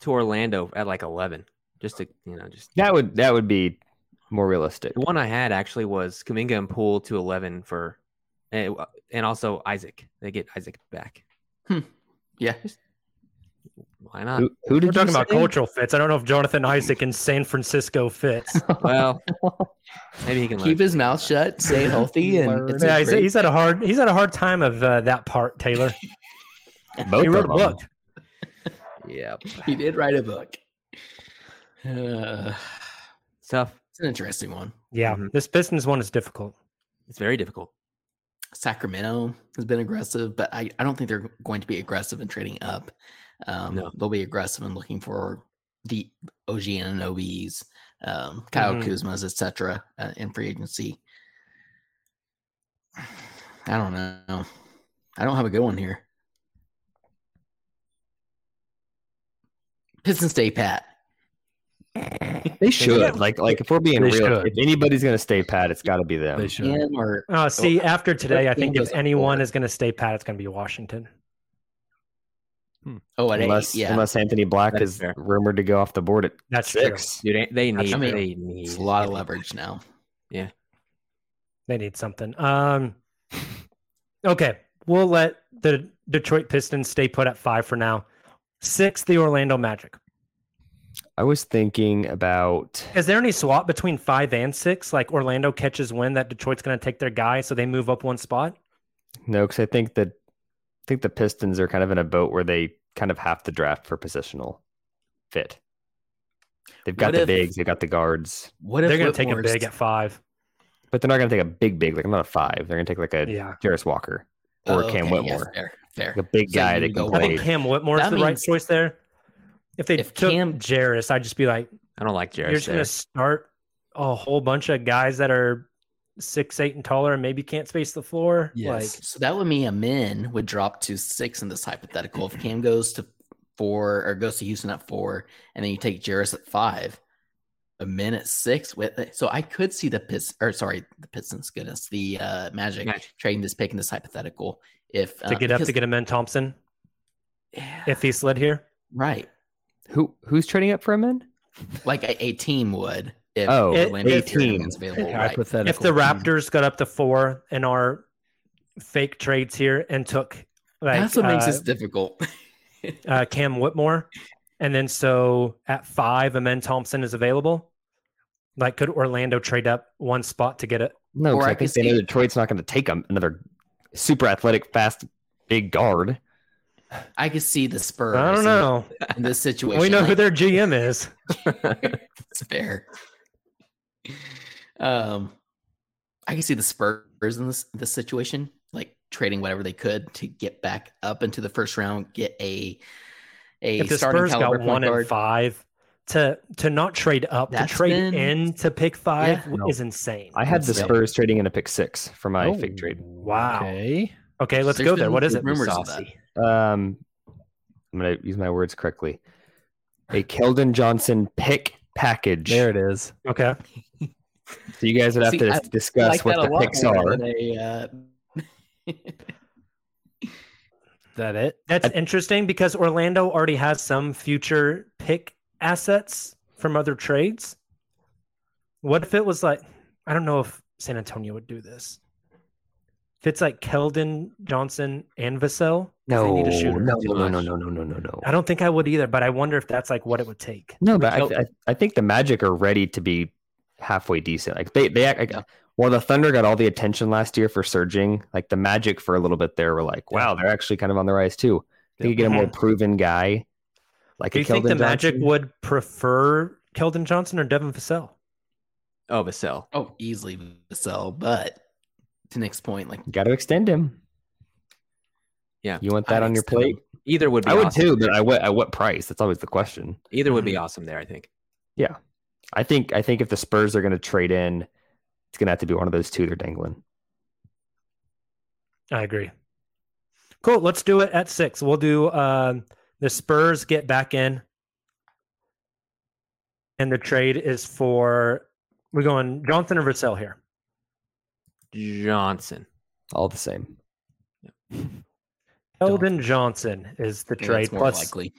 Speaker 7: to Orlando at like eleven? Just to you know, just
Speaker 5: That would that would be more realistic.
Speaker 7: the one I had actually was Kaminga and Pool to eleven for, and and also Isaac. They get Isaac back.
Speaker 4: Yeah,
Speaker 7: Why
Speaker 3: Uh,
Speaker 7: not?
Speaker 5: Who, who did
Speaker 2: We're talking
Speaker 5: you
Speaker 2: about
Speaker 5: say?
Speaker 2: cultural fits. I don't know if Jonathan Isaac in San Francisco (laughs) fits.
Speaker 4: (laughs)
Speaker 7: Well, maybe he can learn.
Speaker 4: keep his mouth shut, stay healthy, and it's a
Speaker 2: yeah, he's,
Speaker 4: great-
Speaker 2: he's had a hard he's had a hard time of uh, that part. Taylor,
Speaker 5: Both
Speaker 2: he wrote a
Speaker 5: of them.
Speaker 2: book.
Speaker 7: yeah,
Speaker 4: he did write a book. (sighs) Uh,
Speaker 7: tough.
Speaker 4: it's an interesting one.
Speaker 2: Yeah,
Speaker 7: Mhm.
Speaker 2: this Pistons one is difficult.
Speaker 7: It's very difficult.
Speaker 4: Sacramento has been aggressive, but I, I don't think they're going to be aggressive in trading up. Um,
Speaker 7: No.
Speaker 4: They'll be aggressive in looking for the OG and OBs, um, Kyle
Speaker 2: Mhm.
Speaker 4: Kuzma's, etc. Uh, in free agency. I don't know. I don't have a good one here. Pistons stay pat.
Speaker 5: They should. Like like if we're being
Speaker 3: They
Speaker 5: real,
Speaker 3: should.
Speaker 5: if anybody's gonna stay pat, it's gotta be them.
Speaker 3: They should.
Speaker 4: Him or
Speaker 2: Oh, see, after today, I think
Speaker 4: Orlando's
Speaker 2: if anyone
Speaker 4: four.
Speaker 2: is going to stay pat, it's going to be Washington.
Speaker 4: oh, at
Speaker 5: Unless
Speaker 4: eight, yeah.
Speaker 5: unless Anthony Black
Speaker 7: That's
Speaker 5: is
Speaker 7: fair.
Speaker 5: rumored to go off the board at
Speaker 2: That's true.
Speaker 5: six.
Speaker 7: Dude, they need.
Speaker 4: I mean,
Speaker 7: they need.
Speaker 4: it's a lot of leverage now.
Speaker 2: They need something. Um, okay, we'll let the Detroit Pistons stay put at five for now. Six, the Orlando Magic.
Speaker 5: I was thinking about
Speaker 2: Is there any swap between five and six? Like Orlando catches win that Detroit's going to take their guy, so they move up one spot.
Speaker 5: no, because I think that I think the Pistons are kind of in a boat where they kind of have to draft for positional fit. They've got
Speaker 4: What
Speaker 5: the
Speaker 4: if-
Speaker 5: bigs, they've got the guards,
Speaker 4: What if
Speaker 2: They're going to take a
Speaker 4: Whitmore's-
Speaker 2: big at five.
Speaker 5: but they're not gonna take a big big. Like I'm not a five. They're gonna take like a
Speaker 2: Yeah,
Speaker 5: Jarris Walker or Cam
Speaker 4: Oh, okay, yeah,
Speaker 5: Whitmore,
Speaker 4: fair, fair.
Speaker 5: the big
Speaker 4: So
Speaker 5: guy
Speaker 4: you
Speaker 5: that can
Speaker 4: go
Speaker 2: I
Speaker 5: play.
Speaker 2: think Cam Whitmore's
Speaker 4: That
Speaker 2: the right
Speaker 4: means-
Speaker 2: choice there. If they
Speaker 4: If
Speaker 2: took
Speaker 4: Cam-
Speaker 2: Jarris, I'd just be like,
Speaker 7: I don't like
Speaker 2: you're
Speaker 7: Jared.
Speaker 2: just going to start a whole bunch of guys that are six, eight, and taller, and maybe can't space the floor.
Speaker 3: Yes.
Speaker 4: So that would mean a min would drop to six in this hypothetical. If Cam goes to four or goes to Houston at four, and then you take Jarris at five, a min at six. With so I could see the Pist or sorry, the Pistons. Goodness, the uh, Magic
Speaker 7: Magic.
Speaker 4: trading this pick in this hypothetical. If uh,
Speaker 2: Like to get up to get him in Thompson if he slid here.
Speaker 4: right,
Speaker 5: Who who's trading up for a man?
Speaker 4: like a, a team would. If
Speaker 5: Oh,
Speaker 2: It-
Speaker 4: Orlando
Speaker 5: a
Speaker 4: Fury
Speaker 5: team.
Speaker 4: was available, right.
Speaker 3: Hypothetical.
Speaker 2: If the
Speaker 4: Hmm.
Speaker 2: Raptors got up to four in our fake trades here and took like
Speaker 4: That's what makes
Speaker 2: uh,
Speaker 4: this difficult. (laughs)
Speaker 2: uh, Cam Whitmore, and then so at five, Amen Thompson is available. Like, could Orlando trade up one spot to get it?
Speaker 5: No,
Speaker 4: Or
Speaker 5: 'cause
Speaker 4: I
Speaker 5: I think
Speaker 4: could
Speaker 5: they know
Speaker 4: see-
Speaker 5: Detroit's not going to take him another super athletic, fast, big guard.
Speaker 4: I could see the Spurs.
Speaker 2: I don't
Speaker 4: in-
Speaker 2: know.
Speaker 4: In this situation,
Speaker 2: We know who
Speaker 4: like,
Speaker 2: their GM
Speaker 4: (laughs)
Speaker 2: is.
Speaker 4: it's fair. Um, I can see the Spurs in this this situation, like trading whatever they could to get back up into the first round, get a a
Speaker 2: If the
Speaker 4: starting
Speaker 2: Spurs
Speaker 4: caliber
Speaker 2: got
Speaker 4: point
Speaker 2: one and
Speaker 4: guard.
Speaker 2: five, to to not trade up,
Speaker 4: That's
Speaker 2: to trade
Speaker 4: been-
Speaker 2: in to pick five
Speaker 4: Yeah.
Speaker 2: is insane.
Speaker 5: I had the
Speaker 4: Yeah.
Speaker 5: Spurs trading in a pick six for my
Speaker 3: Oh.
Speaker 5: fake trade.
Speaker 2: Oh, Wow.
Speaker 3: Okay.
Speaker 2: Okay, let's
Speaker 4: There's
Speaker 2: go there.
Speaker 4: been
Speaker 2: What is it?
Speaker 4: rumors of that.
Speaker 2: Musasi?
Speaker 5: Um, I'm going to use my words correctly. A Keldon Johnson pick package.
Speaker 3: There it is.
Speaker 2: Okay.
Speaker 5: So you guys would have
Speaker 4: See,
Speaker 5: to
Speaker 4: I
Speaker 5: discuss what the picks are.
Speaker 4: uh,
Speaker 3: Is that it?
Speaker 2: That's
Speaker 5: I-
Speaker 2: interesting because Orlando already has some future pick assets from other trades. What if it was like, I don't know if San Antonio would do this. If it's like Keldon Johnson and Vassell, 'cause they
Speaker 5: No,
Speaker 2: need a
Speaker 5: no,
Speaker 2: shooter.
Speaker 5: no, no, no, no, no, no, no.
Speaker 2: I don't think I would either, but I wonder if that's like what it would take.
Speaker 5: No, but I, I, I think the Magic are ready to be halfway decent. Like they, they act like
Speaker 4: Yeah.
Speaker 5: while the Thunder got all the attention last year for surging, like the Magic for a little bit there were like, wow, they're actually kind of on the rise too. They could get a more proven guy. Like
Speaker 2: Mm-hmm. Do
Speaker 5: a
Speaker 2: you think the
Speaker 5: Keldon
Speaker 2: Magic
Speaker 5: Johnson.
Speaker 2: would prefer Keldon Johnson or Devin Vassell?
Speaker 7: Oh, Vassell.
Speaker 4: (laughs) oh, easily sell, but to Nick's point, like
Speaker 5: got to extend him?
Speaker 7: Yeah.
Speaker 5: you want
Speaker 4: I'd
Speaker 5: that on your
Speaker 4: extend
Speaker 5: plate?
Speaker 4: him.
Speaker 7: Either would be.
Speaker 5: I would
Speaker 7: awesome
Speaker 5: too,
Speaker 7: there.
Speaker 5: but I what at what price? That's always the question.
Speaker 7: Either would be
Speaker 2: Mm-hmm.
Speaker 7: awesome there. I think.
Speaker 5: I think I think if the Spurs are going to trade in, it's going to have to be one of those two they're dangling.
Speaker 2: I agree. Cool. Let's do it at six. We'll do um, the Spurs get back in, and the trade is for we're going Johnson or Vassell here.
Speaker 7: Johnson.
Speaker 5: All the same.
Speaker 2: Eldon Johnson is the
Speaker 4: I think
Speaker 2: trade
Speaker 4: that's more
Speaker 2: plus
Speaker 4: likely.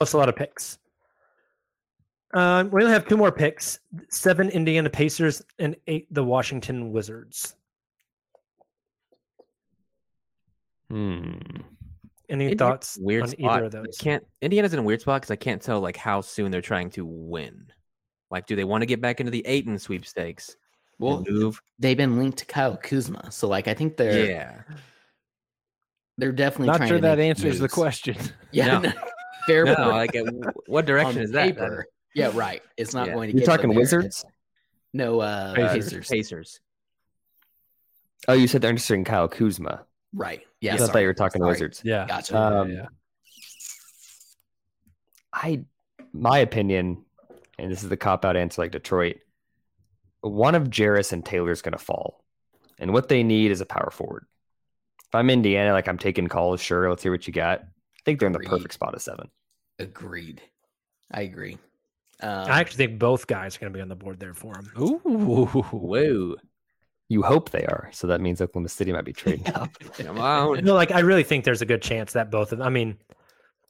Speaker 2: plus a lot of picks. Um, we only have two more picks: seven Indiana Pacers and eight the Washington Wizards.
Speaker 5: Hmm.
Speaker 2: Any
Speaker 7: Indiana's
Speaker 2: thouts
Speaker 7: in a weird
Speaker 2: on
Speaker 7: spot.
Speaker 2: either of
Speaker 7: I
Speaker 2: those?
Speaker 7: Can't Indiana's in a weird spot because I can't tell like how soon they're trying to win. Like, do they want to get back into the Aiton sweepstakes? and
Speaker 4: Well,
Speaker 7: move.
Speaker 4: they've been linked to Kyle Kuzma, so like I think they're
Speaker 7: Yeah.
Speaker 4: they're definitely
Speaker 3: Not
Speaker 4: trying
Speaker 3: sure
Speaker 4: to
Speaker 3: that
Speaker 4: make
Speaker 3: answers the
Speaker 4: moves. (laughs)
Speaker 3: question.
Speaker 4: Yeah,
Speaker 7: No.
Speaker 4: fair
Speaker 7: No,
Speaker 4: point.
Speaker 7: like, at w- what direction
Speaker 4: (laughs) on
Speaker 7: is that?
Speaker 4: paper. Yeah, right. It's not
Speaker 7: Yeah.
Speaker 4: going to.
Speaker 5: You're
Speaker 4: get them
Speaker 5: talking
Speaker 4: there.
Speaker 5: Wizards?
Speaker 4: No, uh,
Speaker 3: Pacers.
Speaker 4: Pacers.
Speaker 7: Pacers.
Speaker 5: Oh, you said they're interested in Kyle Kuzma.
Speaker 4: Right. Yeah.
Speaker 5: I thought
Speaker 4: sorry.
Speaker 5: you were talking
Speaker 4: Sorry.
Speaker 5: Wizards.
Speaker 3: Yeah.
Speaker 4: Gotcha.
Speaker 5: Um,
Speaker 3: yeah.
Speaker 5: I, my opinion, and this is the cop out answer, like Detroit. One of Jarris and Taylor's going to fall, and what they need is a power forward. If I'm Indiana, like I'm taking calls, sure. Let's hear what you got. I think they're in the
Speaker 4: Agreed.
Speaker 5: perfect spot at seven.
Speaker 4: Agreed. I agree. Um,
Speaker 2: I actually think both guys are going to be on the board there for him.
Speaker 5: Ooh,
Speaker 4: (laughs)
Speaker 5: whoa. You hope they are. So that means Oklahoma City might
Speaker 7: (laughs)
Speaker 5: be trading up. Come on.
Speaker 2: No, like I really think there's a good chance that both of I mean,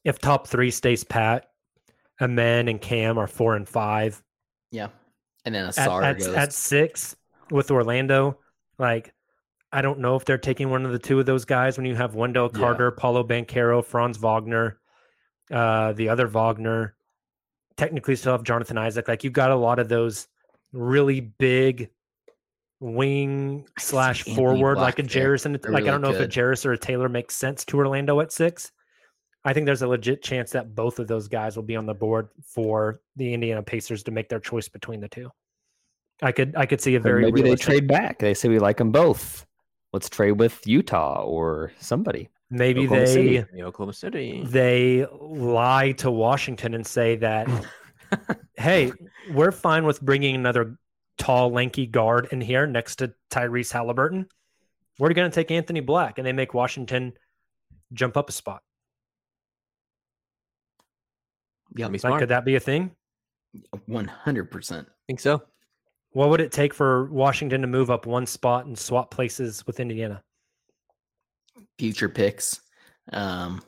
Speaker 2: if top three stays pat, Amen and Cam are four and five.
Speaker 4: yeah, and then
Speaker 2: At,
Speaker 4: Asar
Speaker 2: at,
Speaker 4: goes. (laughs)
Speaker 2: at six with Orlando, like I don't know if they're taking one of the two of those guys when you have Wendell
Speaker 5: Yeah.
Speaker 2: Carter, Paulo Banquero, Franz Wagner, uh, the other Wagner. Technically still have Jonathan Isaac. Like you've got a lot of those really big wing
Speaker 4: I see
Speaker 2: slash
Speaker 4: Anthony
Speaker 2: forward, like a
Speaker 4: Black there.
Speaker 2: Jarris and like
Speaker 4: I
Speaker 2: I
Speaker 4: really
Speaker 2: don't know if
Speaker 4: could.
Speaker 2: a Jarris or a Taylor makes sense to Orlando at six. I think there's a legit chance that both of those guys will be on the board for the Indiana Pacers to make their choice between the two. I could I could see a
Speaker 5: Or
Speaker 2: very
Speaker 5: maybe
Speaker 2: realistic-
Speaker 5: they trade back. They say we like them both. Let's trade with Utah or somebody.
Speaker 2: maybe
Speaker 5: Oklahoma
Speaker 2: they
Speaker 5: City.
Speaker 7: Yeah, Oklahoma City.
Speaker 2: they lie to Washington and say that hey, we're fine with bringing another tall, lanky guard in here next to Tyrese Halliburton. We're going to take Anthony Black, and they make Washington jump up a spot.
Speaker 7: That'd be
Speaker 4: Yep,
Speaker 2: Like,
Speaker 7: smart.
Speaker 2: could that be a thing?
Speaker 4: one hundred percent.
Speaker 7: think so.
Speaker 2: What would it take for Washington to move up one spot and swap places with Indiana?
Speaker 4: Future picks. Um,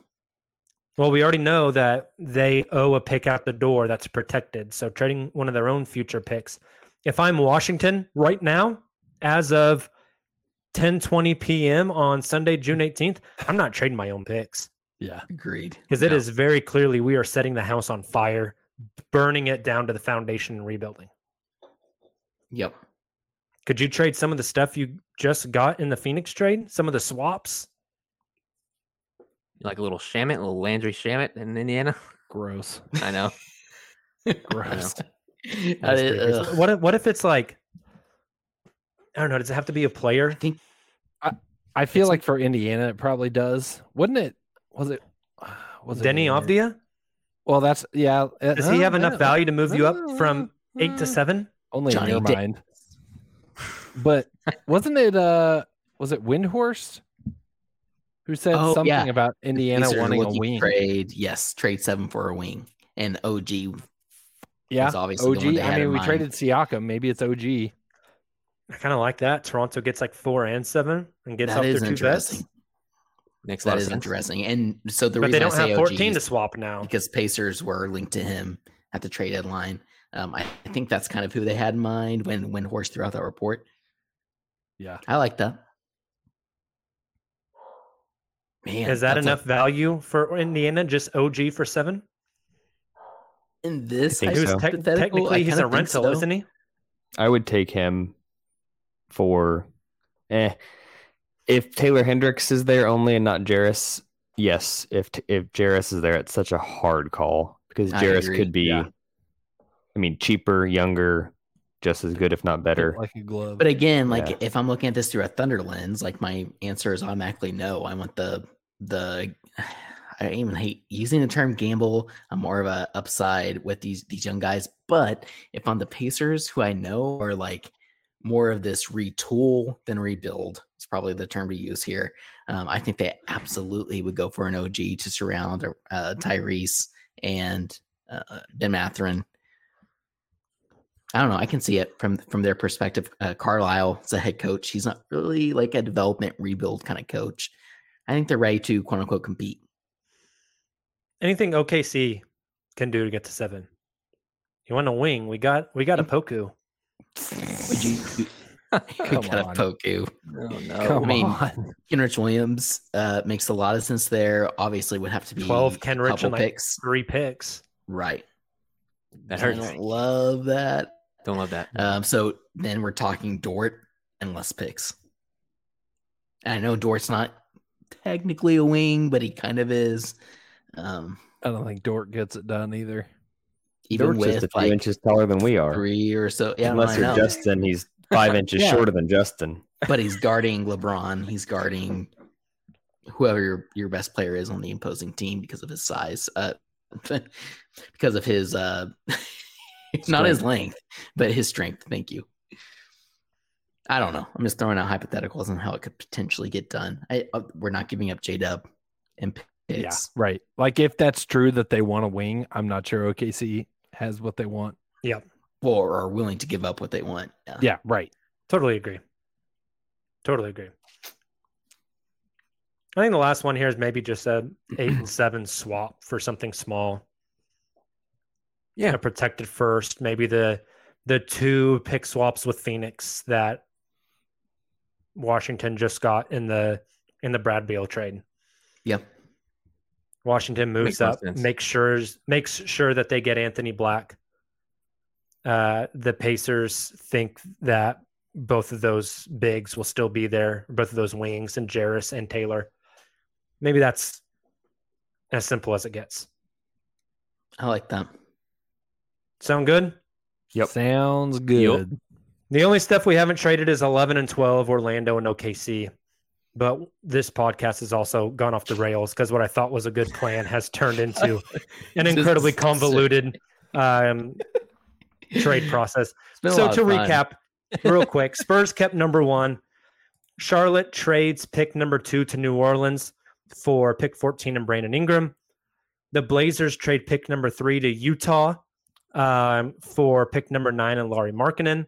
Speaker 2: Well, we already know that they owe a pick out the door that's protected. So trading one of their own future picks. If I'm Washington right now, as of 10:20 p.m. on Sunday, June 18th, I'm not trading my own picks
Speaker 3: Yeah.
Speaker 4: agreed.
Speaker 2: because it
Speaker 7: No.
Speaker 2: is very clearly we are setting the house on fire, burning it down to the foundation and rebuilding.
Speaker 4: Yep.
Speaker 2: Could you trade some of the stuff you just got in the Phoenix trade? Some of the swaps?
Speaker 7: Like a little Shamit, a little Landry Shamit in Indiana.
Speaker 3: Gross.
Speaker 7: I know.
Speaker 4: (laughs)
Speaker 3: Gross.
Speaker 4: I,
Speaker 2: That's pretty crazy.
Speaker 4: ugh.
Speaker 2: What if, what if it's like I don't know, does it have to be a player?
Speaker 3: I feel like for Indiana, it probably does. Wouldn't it? Was it? (sighs) Was it
Speaker 2: Denny
Speaker 3: Indiana?
Speaker 2: Avdia?
Speaker 3: Well, that's yeah. uh,
Speaker 2: Does he
Speaker 3: no,
Speaker 4: Oh,
Speaker 2: have enough
Speaker 3: no,
Speaker 2: value to move you up
Speaker 3: no,
Speaker 2: from
Speaker 3: no,
Speaker 2: eight to
Speaker 4: Hmm.
Speaker 3: no.
Speaker 2: seven?
Speaker 3: Only
Speaker 4: Johnny
Speaker 3: in your
Speaker 4: Dick.
Speaker 3: mind. (laughs) But wasn't it? Uh, was it Windhorst who said
Speaker 4: Oh, yeah.
Speaker 3: something about Indiana
Speaker 4: Pacers are
Speaker 3: wanting a
Speaker 4: looking to
Speaker 3: wing?
Speaker 4: Trade yes, trade seven for a wing, and OG
Speaker 3: Yeah,
Speaker 4: was obviously the
Speaker 3: OG.
Speaker 4: one they
Speaker 3: I
Speaker 4: had
Speaker 3: mean,
Speaker 4: in
Speaker 3: we
Speaker 4: mind.
Speaker 3: traded Siakam. Maybe it's OG.
Speaker 2: I kind of like that. Toronto gets like four and seven and gets
Speaker 4: That
Speaker 2: off their
Speaker 4: is
Speaker 2: two bets,
Speaker 4: interesting.
Speaker 7: Makes a lot
Speaker 4: That
Speaker 7: of
Speaker 4: is
Speaker 7: sense.
Speaker 4: interesting. And so the
Speaker 2: but
Speaker 4: reason
Speaker 2: they don't
Speaker 4: I say
Speaker 2: have
Speaker 4: OG
Speaker 2: 14 to
Speaker 4: is
Speaker 2: swap now.
Speaker 4: because Pacers were linked to him at the trade deadline. Um, I, I think that's kind of who they had in mind when when Horst threw out that report.
Speaker 3: Yeah.
Speaker 4: I like that. Man,
Speaker 2: Is that
Speaker 4: that's a-
Speaker 2: enough value for Indiana? Just OG for seven?
Speaker 4: in this?
Speaker 5: think
Speaker 2: Who's
Speaker 5: so.
Speaker 2: tec-
Speaker 4: hypothetical, I
Speaker 2: technically he's a
Speaker 4: kinda think
Speaker 2: rental,
Speaker 4: so.
Speaker 2: isn't he?
Speaker 5: I would take him for eh. If Taylor Hendricks is there only and not Jarris, yes. If t- if Jarris is there, it's such a hard call because
Speaker 4: I
Speaker 5: Jarris
Speaker 4: agree,
Speaker 5: could be,
Speaker 3: yeah.
Speaker 5: I mean, cheaper, younger, just as good, if not better.
Speaker 3: like a glove.
Speaker 4: But again, like
Speaker 5: Yeah.
Speaker 4: if I'm looking at this through a thunder lens, like my answer is automatically no. I want the the I even hate using the term gamble. I'm more of a upside with these these young guys. But if on the Pacers, who I know are like more of this retool than rebuild, it's probably the term to use here. Um, I think they absolutely would go for an OG to surround uh, Tyrese and uh, Ben Matherin. I don't know. I can see it from from their perspective. Uh, Carlisle is a head coach. He's not really like a development rebuild kind of coach. I think they're ready to quote unquote compete.
Speaker 2: Anything OKC can do to get to seven. You want a wing? We got we got a Poku.
Speaker 4: Would you? you
Speaker 3: (laughs) Come
Speaker 4: got
Speaker 3: on.
Speaker 4: a Poku.
Speaker 7: No, no.
Speaker 3: Come
Speaker 4: I mean,
Speaker 3: on.
Speaker 4: Kenrich Williams uh, makes a lot of sense there. Obviously, would have to be
Speaker 2: 12
Speaker 4: a
Speaker 2: Kenrich
Speaker 4: couple
Speaker 2: and, like,
Speaker 4: picks,
Speaker 2: Three picks.
Speaker 4: right?
Speaker 7: That
Speaker 4: I
Speaker 7: hurts.
Speaker 4: don't love that.
Speaker 7: Don't love that.
Speaker 4: Um, so then we're talking Dort and less picks. And I know Dort's not technically a wing, but he kind of is. Um,
Speaker 3: I don't think Dort gets it done either.
Speaker 4: even
Speaker 5: Dortch is
Speaker 4: with
Speaker 5: a few
Speaker 4: like
Speaker 5: inches taller than we are.
Speaker 4: three or so. Yeah,
Speaker 5: Unless
Speaker 4: I
Speaker 5: you're
Speaker 4: know.
Speaker 5: Justin, he's five inches
Speaker 4: Yeah.
Speaker 5: shorter than Justin.
Speaker 4: but he's guarding LeBron. He's guarding whoever your, your best player is on the opposing team because of his size, uh, (laughs) because of his uh, (laughs) not his length, but his strength. Thank you. I don't know. I'm just throwing out hypotheticals on how it could potentially get done. I, uh, we're not giving up J Dub and picks.
Speaker 3: Yeah, right. Like if that's true that they want a wing, I'm not sure OKC has what they want.
Speaker 4: or are willing to give up what they want. Yeah.
Speaker 3: Yeah, right.
Speaker 2: Totally agree. Totally agree. I think the last one here is maybe just a eight and seven swap for something small.
Speaker 7: Yeah.
Speaker 2: A protected first, maybe the the two pick swaps with Phoenix that Washington just got in the in the Brad Beal trade.
Speaker 4: Yep.
Speaker 2: Washington moves
Speaker 7: Makes more
Speaker 2: up,
Speaker 7: sense.
Speaker 2: makes sure makes sure that they get Anthony Black. Uh, the Pacers think that both of those bigs will still be there, both of those wings and Jarris and Taylor. Maybe that's as simple as it gets.
Speaker 4: I like that.
Speaker 2: Sound good?
Speaker 5: Yep.
Speaker 3: Sounds good.
Speaker 2: The only stuff we haven't traded is 11 and 12 Orlando and OKC. But this podcast has also gone off the rails because what I thought was a good plan has
Speaker 7: (laughs)
Speaker 2: turned into an
Speaker 4: Just-
Speaker 2: incredibly convoluted um, trade process.
Speaker 4: (laughs) It's been a
Speaker 2: So
Speaker 4: lot
Speaker 2: to
Speaker 4: of fun.
Speaker 2: recap, real quick, Spurs kept number one. Charlotte trades pick number two to New Orleans for pick 14 and Brandon Ingram. The Blazers trade pick number three to Utah um, for pick number nine and Laurie Markkinen.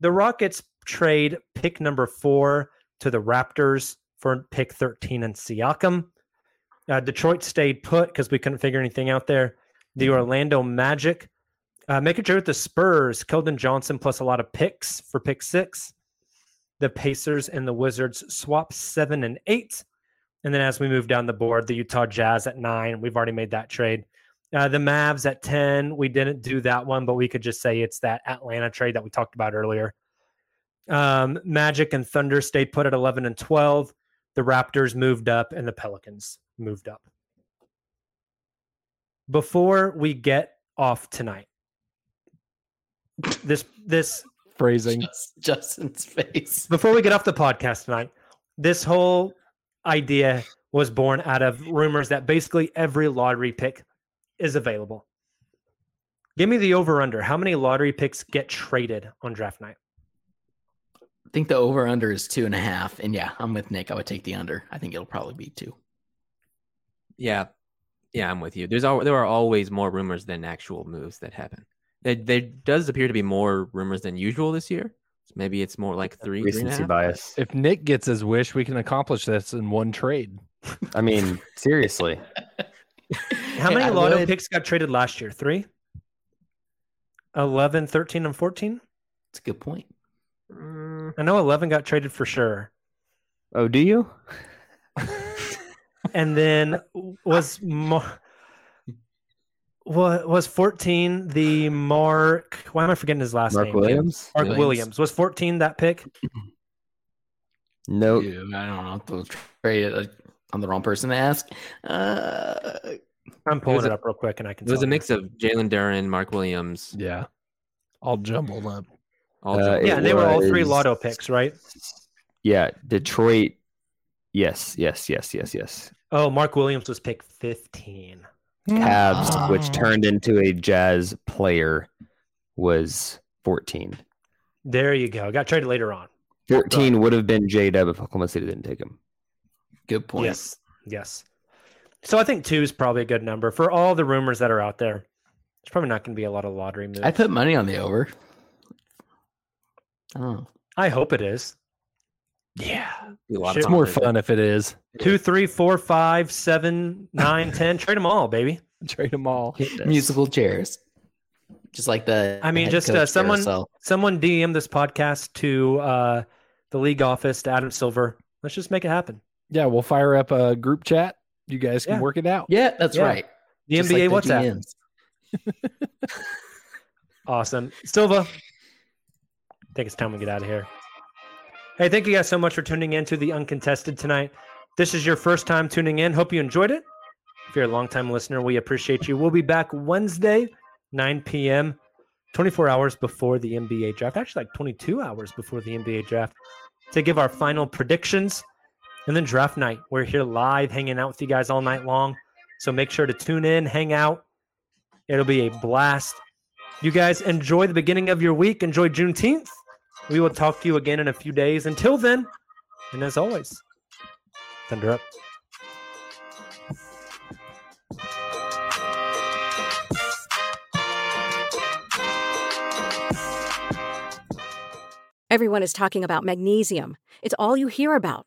Speaker 2: The Rockets trade pick number four to the Raptors for pick 13 and Siakam. Uh, Detroit stayed put because we couldn't figure anything out there. The Orlando Magic uh, make a trade with the Spurs, Keldon Johnson plus a lot of picks for pick six. The Pacers and the Wizards swap seven and eight. And then as we move down the board, the Utah Jazz at nine. We've already made that trade. Uh, the Mavs at 10. We didn't do that one, but we could just say it's that Atlanta trade that we talked about earlier. Um, Magic and Thunder stayed put at 11 and 12. The Raptors moved up and the Pelicans moved up. Before we get off tonight, this this
Speaker 3: Phrasing.
Speaker 4: (laughs) Just- Justin's face.
Speaker 2: before we get off the podcast tonight, this whole idea was born out of rumors that basically every lottery pick is available. Give me the over under. How many lottery picks get traded on draft night?
Speaker 4: I think the over under is two and a half. And yeah, I'm with Nick. I would take the under. I think it'll probably be two.
Speaker 7: Yeah, yeah, I'm with you. There's al- there are always more rumors than actual moves that happen. There, there does appear to be more rumors than usual this year. So maybe it's more like three. three and a
Speaker 5: Recency
Speaker 7: half.
Speaker 5: bias.
Speaker 3: If Nick gets his wish, we can accomplish this in one trade.
Speaker 5: I mean, seriously.
Speaker 2: (laughs) How many lotto picks got traded last year? Three? 11, 13, and 14?
Speaker 4: It's a good point.
Speaker 7: Mm,
Speaker 5: Mm-hmm.
Speaker 2: I know 11 got traded for sure.
Speaker 5: Oh, do you?
Speaker 2: And
Speaker 5: (laughs)
Speaker 2: then was Mar- wa- was 14 the Mark? Why am I forgetting his last
Speaker 5: Mark
Speaker 2: name?
Speaker 5: Williams?
Speaker 2: Mark
Speaker 4: Williams.
Speaker 2: Williams. was 14 that pick. Oh.
Speaker 5: No.
Speaker 4: Yeah, I don't know. Trade it. I'm the wrong person to ask. Uh,
Speaker 2: I'm pulling
Speaker 7: was
Speaker 2: it,
Speaker 7: a-
Speaker 2: up real quick and I can.
Speaker 7: it was
Speaker 2: tell
Speaker 7: a
Speaker 2: you.
Speaker 7: mix of Jalen Duran, Mark Williams,
Speaker 3: Yeah. All jumbled up.
Speaker 7: all
Speaker 5: Uh,
Speaker 7: Joe-
Speaker 2: Yeah, and they were all three
Speaker 5: was-
Speaker 2: lotto picks, right?
Speaker 5: Yeah, Detroit. Yes, yes, yes, yes, yes.
Speaker 2: Oh, Mark Williams was pick 15.
Speaker 3: mm,
Speaker 5: Cavs,
Speaker 4: Oh.
Speaker 3: Ah.
Speaker 5: which turned into a jazz player, was 14.
Speaker 2: There you go. Got traded later on.
Speaker 5: 14 would have been J Dub if Oklahoma City didn't take him.
Speaker 4: good point.
Speaker 2: Yes. Yes. So I think two is probably a good number for all the rumors that are out there. There's probably not going to be a lot of lottery moves.
Speaker 4: I put money on the over. I don't know.
Speaker 2: I hope it is.
Speaker 3: Yeah.
Speaker 7: a lot of
Speaker 3: It's more
Speaker 7: confidence.
Speaker 3: fun if it is.
Speaker 2: Two, three, four, five, seven, nine, ten. Trade them all, baby.
Speaker 3: Trade them all.
Speaker 4: Musical chairs. Just like the.
Speaker 2: I mean,
Speaker 4: head
Speaker 2: just, uh,
Speaker 4: coach
Speaker 2: someone-
Speaker 4: carousel.
Speaker 2: Someone DM this podcast to uh, the league office to Adam Silver. Let's just make it happen.
Speaker 3: Yeah, we'll fire up a group chat. You guys can
Speaker 2: Yeah.
Speaker 3: work it out.
Speaker 4: Yeah, that's
Speaker 2: Yeah.
Speaker 4: right.
Speaker 2: The
Speaker 4: Just
Speaker 2: NBA
Speaker 4: like the
Speaker 2: WhatsApp.
Speaker 4: DMs.
Speaker 2: Awesome. Silva, I think it's time we get out of here. Hey, thank you guys so much for tuning in to the Uncontested tonight. This is your first time tuning in. Hope you enjoyed it. If you're a longtime listener, we appreciate you. We'll be back Wednesday, 9 p.m., 24 hours before the NBA draft, actually, like 22 hours before the NBA draft, to give our final predictions. And then draft night, we're here live hanging out with you guys all night long. So make sure to tune in, hang out. It'll be a blast. You guys enjoy the beginning of your week. Enjoy Juneteenth. We will talk to you again in a few days. Until then, and as always, Thunder up.
Speaker 5: Everyone is talking about magnesium. It's all you hear about.